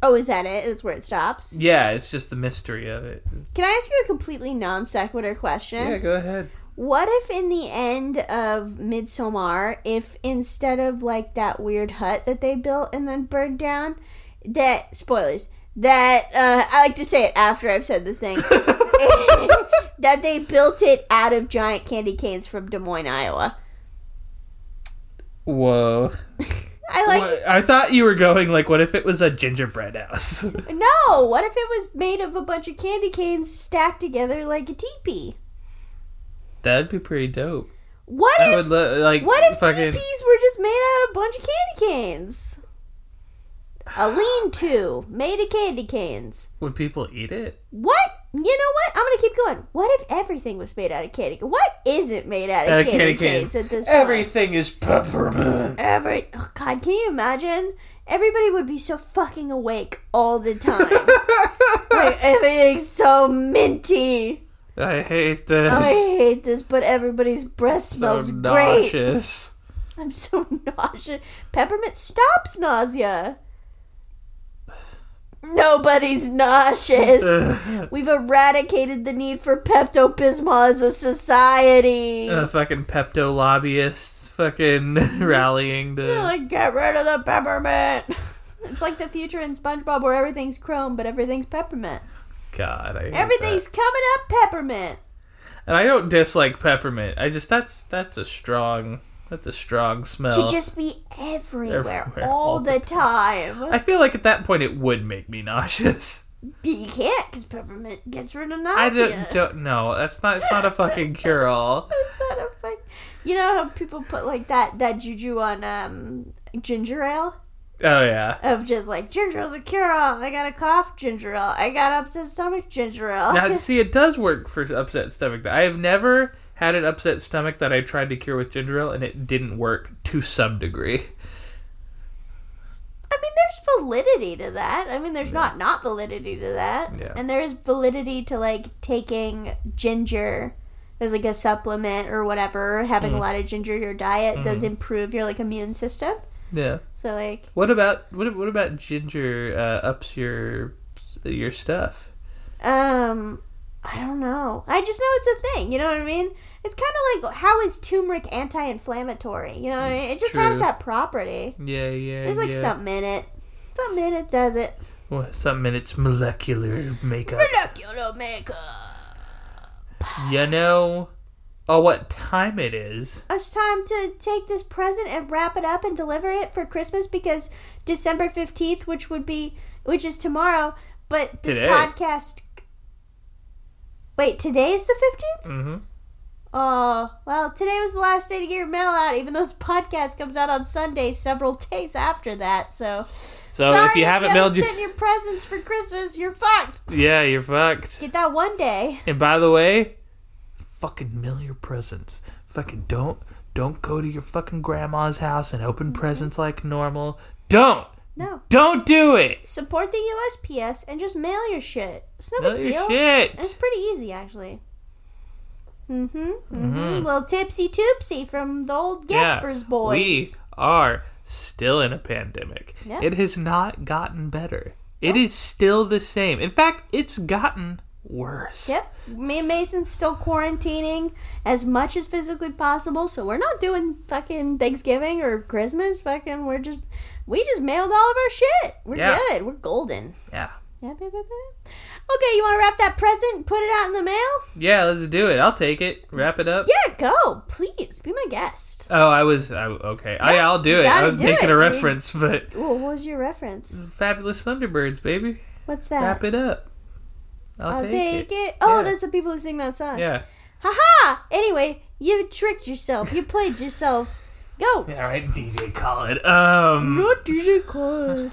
Speaker 1: Oh, is that it? That's where it stops.
Speaker 3: Yeah, it's just the mystery of it.
Speaker 1: Can I ask you a completely non sequitur question?
Speaker 3: Yeah, go ahead.
Speaker 1: What if in the end of Midsommar, if instead of like that weird hut that they built and then burned down, that spoilers that uh, I like to say it after I've said the thing that they built it out of giant candy canes from Des Moines, Iowa.
Speaker 3: Whoa.
Speaker 1: I like
Speaker 3: What- I thought you were going like, what if it was a gingerbread house?
Speaker 1: no. What if it was made of a bunch of candy canes stacked together like a teepee?
Speaker 3: That'd be pretty dope.
Speaker 1: What
Speaker 3: I
Speaker 1: if
Speaker 3: would lo- like
Speaker 1: What if
Speaker 3: fucking
Speaker 1: teepees were just made out of a bunch of candy canes? A lean-to made of candy canes.
Speaker 3: would people eat it?
Speaker 1: What? You know what? I'm gonna keep going. What if everything was made out of candy? canes? What isn't made out of
Speaker 3: Out of candy
Speaker 1: candy,
Speaker 3: cane.
Speaker 1: canes at this point?
Speaker 3: Everything is peppermint.
Speaker 1: Every. Oh God, can you imagine? Everybody would be so fucking awake all the time. like, everything's so minty.
Speaker 3: I hate this.
Speaker 1: I hate this, but everybody's breath
Speaker 3: so
Speaker 1: smells great.
Speaker 3: nauseous.
Speaker 1: I'm so nauseous. Peppermint stops nausea. Nobody's nauseous.
Speaker 3: Ugh.
Speaker 1: We've eradicated the need for Pepto Bismol as a society.
Speaker 3: Uh, fucking Pepto lobbyists fucking rallying to
Speaker 1: They're Mm-hmm. like, get rid of the peppermint. It's like the future in SpongeBob where everything's chrome, but everything's peppermint.
Speaker 3: God. I hate that.
Speaker 1: Everything's coming up peppermint.
Speaker 3: and I don't dislike peppermint. I just that's that's a strong that's a strong smell.
Speaker 1: To just be everywhere,
Speaker 3: Everywhere,
Speaker 1: all,
Speaker 3: all
Speaker 1: the,
Speaker 3: the
Speaker 1: time.
Speaker 3: I feel like at that point it would make me nauseous.
Speaker 1: But you can't because peppermint gets rid of nausea.
Speaker 3: I don't, don't no, that's not it's not a fucking cure all.
Speaker 1: Is that a fuck- You know how people put like that that juju on um ginger ale
Speaker 3: Oh yeah.
Speaker 1: of just like ginger ale's a cure all. I got a cough, ginger ale. I got upset stomach, ginger ale.
Speaker 3: Now see it does work for upset stomach. I have never had an upset stomach that I tried to cure with ginger ale and it didn't work to some degree.
Speaker 1: I mean, there's validity to that. I mean, there's not not validity to that.
Speaker 3: Yeah.
Speaker 1: And there is validity to like taking ginger as like a supplement or whatever. Having
Speaker 3: Mm.
Speaker 1: a lot of ginger in your diet
Speaker 3: Mm-hmm.
Speaker 1: does improve your like immune system.
Speaker 3: Yeah.
Speaker 1: So like
Speaker 3: What about what what about ginger uh, ups your your stuff?
Speaker 1: Um, I don't know. I just know it's a thing. You know what I mean? It's kind of like how is turmeric anti-inflammatory? You know, what I mean? it
Speaker 3: It's
Speaker 1: just has
Speaker 3: true.
Speaker 1: that property.
Speaker 3: Yeah, yeah.
Speaker 1: There's like
Speaker 3: yeah.
Speaker 1: something in it. Something in it does it.
Speaker 3: well, something in its molecular makeup.
Speaker 1: Molecular makeup.
Speaker 3: You know oh what time it is.
Speaker 1: It's time to take this present and wrap it up and deliver it for Christmas because December fifteenth, which would be, which is tomorrow, but this
Speaker 3: Today.
Speaker 1: podcast. Wait, today is the fifteenth.
Speaker 3: Mm-hmm.
Speaker 1: Oh, well, today was the last day to get your mail out, even though this podcast comes out on Sunday several days after that, so.
Speaker 3: So
Speaker 1: Sorry
Speaker 3: if you haven't, mailed your
Speaker 1: sent your presents for Christmas, you're fucked.
Speaker 3: Yeah, you're fucked.
Speaker 1: Get that one day.
Speaker 3: And by the way, fucking mail your presents. Fucking don't don't go to your fucking grandma's house and open presents like normal. Don't
Speaker 1: Mm-hmm. No.
Speaker 3: don't do it.
Speaker 1: Support the USPS and just mail your shit. It's no
Speaker 3: Mail
Speaker 1: big deal.
Speaker 3: your
Speaker 1: And it's
Speaker 3: shit.
Speaker 1: pretty easy, actually. Mm hmm. Mm hmm. Little tipsy toopsy from the old Gaspers boys.
Speaker 3: Mm-hmm. We are still in a pandemic.
Speaker 1: Yeah.
Speaker 3: It has not gotten better. It is still the same. In fact, it's gotten worse.
Speaker 1: Yep. Me and Mason's still quarantining as much as physically possible, so we're not doing fucking Thanksgiving or Christmas. Fucking, we're just we just mailed all of our shit. We're
Speaker 3: Yeah.
Speaker 1: good. We're golden.
Speaker 3: Yeah.
Speaker 1: Yeah, babe, babe, babe. Okay, you want to wrap that present, put it out in the mail?
Speaker 3: Yeah, let's do it. I'll take it. Wrap it up.
Speaker 1: Yeah, go. Please be my guest.
Speaker 3: Oh, I was I, okay. I, I'll do it. I
Speaker 1: gotta
Speaker 3: was
Speaker 1: do
Speaker 3: making
Speaker 1: it,
Speaker 3: a
Speaker 1: dude.
Speaker 3: reference, but
Speaker 1: Ooh, what was your reference?
Speaker 3: fabulous Thunderbirds, baby.
Speaker 1: What's that?
Speaker 3: Wrap it up. I'll,
Speaker 1: I'll
Speaker 3: take, it.
Speaker 1: Oh,
Speaker 3: Yeah.
Speaker 1: that's the people who sing that song.
Speaker 3: Yeah.
Speaker 1: Haha! Anyway, you tricked yourself. You played yourself. Go.
Speaker 3: All right, DJ Khaled. Um,
Speaker 1: Not DJ Cole.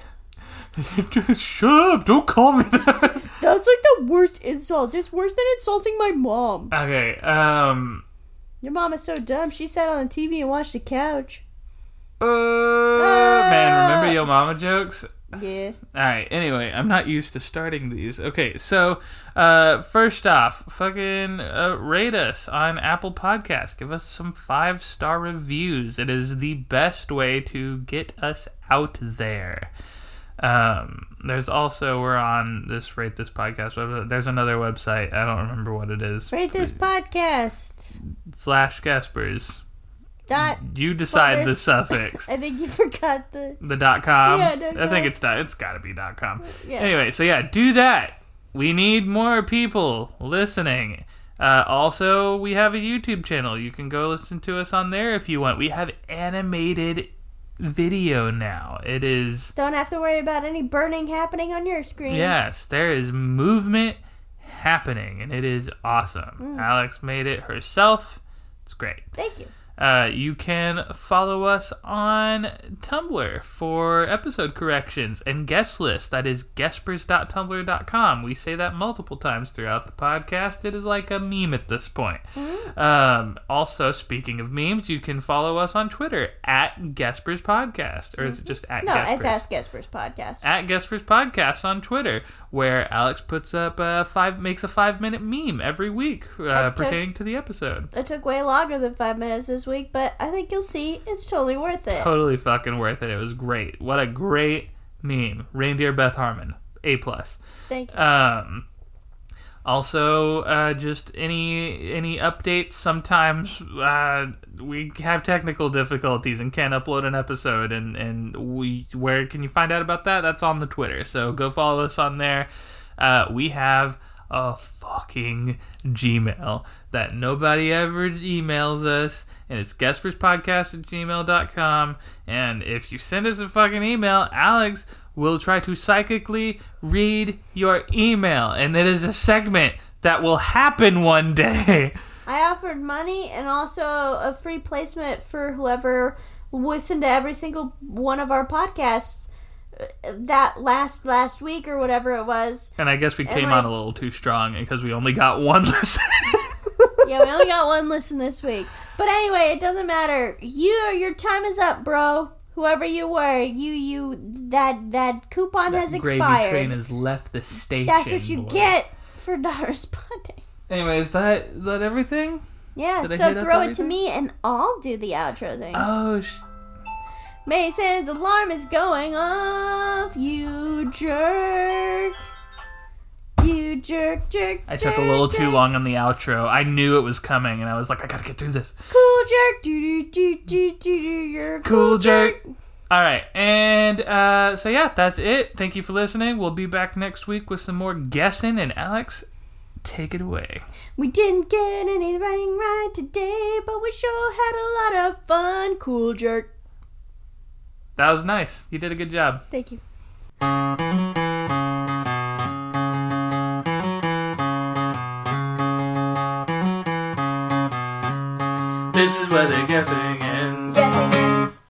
Speaker 3: shut up! Don't call me that.
Speaker 1: That's like the worst insult. It's worse than insulting my mom.
Speaker 3: okay. Um.
Speaker 1: Your mom is so dumb. She sat on the TV and watched the couch.
Speaker 3: Uh, man, remember yo mama jokes?
Speaker 1: Yeah.
Speaker 3: All right. Anyway, I'm not used to starting these. Okay, so uh, first off, fucking uh, rate us on Apple Podcasts. Give us some five star reviews. It is the best way to get us out there. Um, there's also we're on this rate this podcast. website. There's another website. I don't remember what it is.
Speaker 1: Rate this podcast.
Speaker 3: Slash Gaspers.
Speaker 1: Dot.
Speaker 3: You decide the
Speaker 1: this-
Speaker 3: suffix.
Speaker 1: I think you forgot the.
Speaker 3: The dot com.
Speaker 1: Yeah, dot
Speaker 3: I
Speaker 1: com.
Speaker 3: think it's dot. It's got to be dot com.
Speaker 1: Yeah.
Speaker 3: Anyway, so yeah, do that. We need more people listening. Uh, also, we have a YouTube channel. You can go listen to us on there if you want. We have animated video now. It is
Speaker 1: Don't have to worry about any burning happening on your screen.
Speaker 3: yes, there is movement happening, and it is
Speaker 1: Mm.
Speaker 3: awesome. Alex made it herself. It's great.
Speaker 1: Thank you.
Speaker 3: Uh, you can follow us on Tumblr for episode corrections and guest list. That is guestpers.tumblr.com. We say that multiple times throughout the podcast. It is like a meme at this point.
Speaker 1: Mm-hmm.
Speaker 3: Um, also, speaking of memes, you can follow us on Twitter at Guestpers Podcast, or is it just at
Speaker 1: Mm-hmm. No,
Speaker 3: Guestpers?
Speaker 1: it's Ask Gasper's podcast.
Speaker 3: at Guestpers Podcast on Twitter, where Alex puts up a five makes a five minute meme every week uh,
Speaker 1: took-
Speaker 3: pertaining to the episode.
Speaker 1: It took way longer than five minutes this week, but I think you'll see it's totally worth it.
Speaker 3: totally fucking worth it. It was great. What a great meme. Reindeer Beth Harmon. A plus.
Speaker 1: Thank you.
Speaker 3: Um also uh, just any any updates sometimes uh, we have technical difficulties and can't upload an episode and and we where can you find out about that that's on the twitter so go follow us on there uh, we have a fucking gmail that nobody ever emails us and it's guestperspodcast at gmail.com and if you send us a fucking email alex will try to psychically read your email and it is a segment that will happen one day
Speaker 1: I offered money and also a free placement for whoever listened to every single one of our podcasts uh, that last last week or whatever it was.
Speaker 3: and i guess we came
Speaker 1: like-
Speaker 3: on a little too strong because we only got one listen
Speaker 1: Yeah, we only got one listen this week. But anyway, it doesn't matter. You your time is up, bro. Whoever you were, you you that that coupon has
Speaker 3: gravy
Speaker 1: expired.
Speaker 3: train has left the station
Speaker 1: That's what you
Speaker 3: boy.
Speaker 1: get for not responding.
Speaker 3: anyway is that is that everything
Speaker 1: Yeah,
Speaker 3: Did I
Speaker 1: so
Speaker 3: hit up
Speaker 1: throw it to
Speaker 3: everything?
Speaker 1: me and I'll do the outro thing.
Speaker 3: oh sh-
Speaker 1: Mason's alarm is going off. You jerk. You jerk, jerk.
Speaker 3: I took a little too long on the outro. I knew it was coming, and I was like, I gotta get through this.
Speaker 1: Cool jerk. Do do do do do do. You're a
Speaker 3: Cool jerk. All right, and uh, so yeah, that's it. Thank you for listening. We'll be back next week with some more guessing. And Alex, take it away.
Speaker 1: We didn't get anything right today, but we sure had a lot of fun. Cool jerk.
Speaker 3: That was nice. You did a good job.
Speaker 1: Thank you.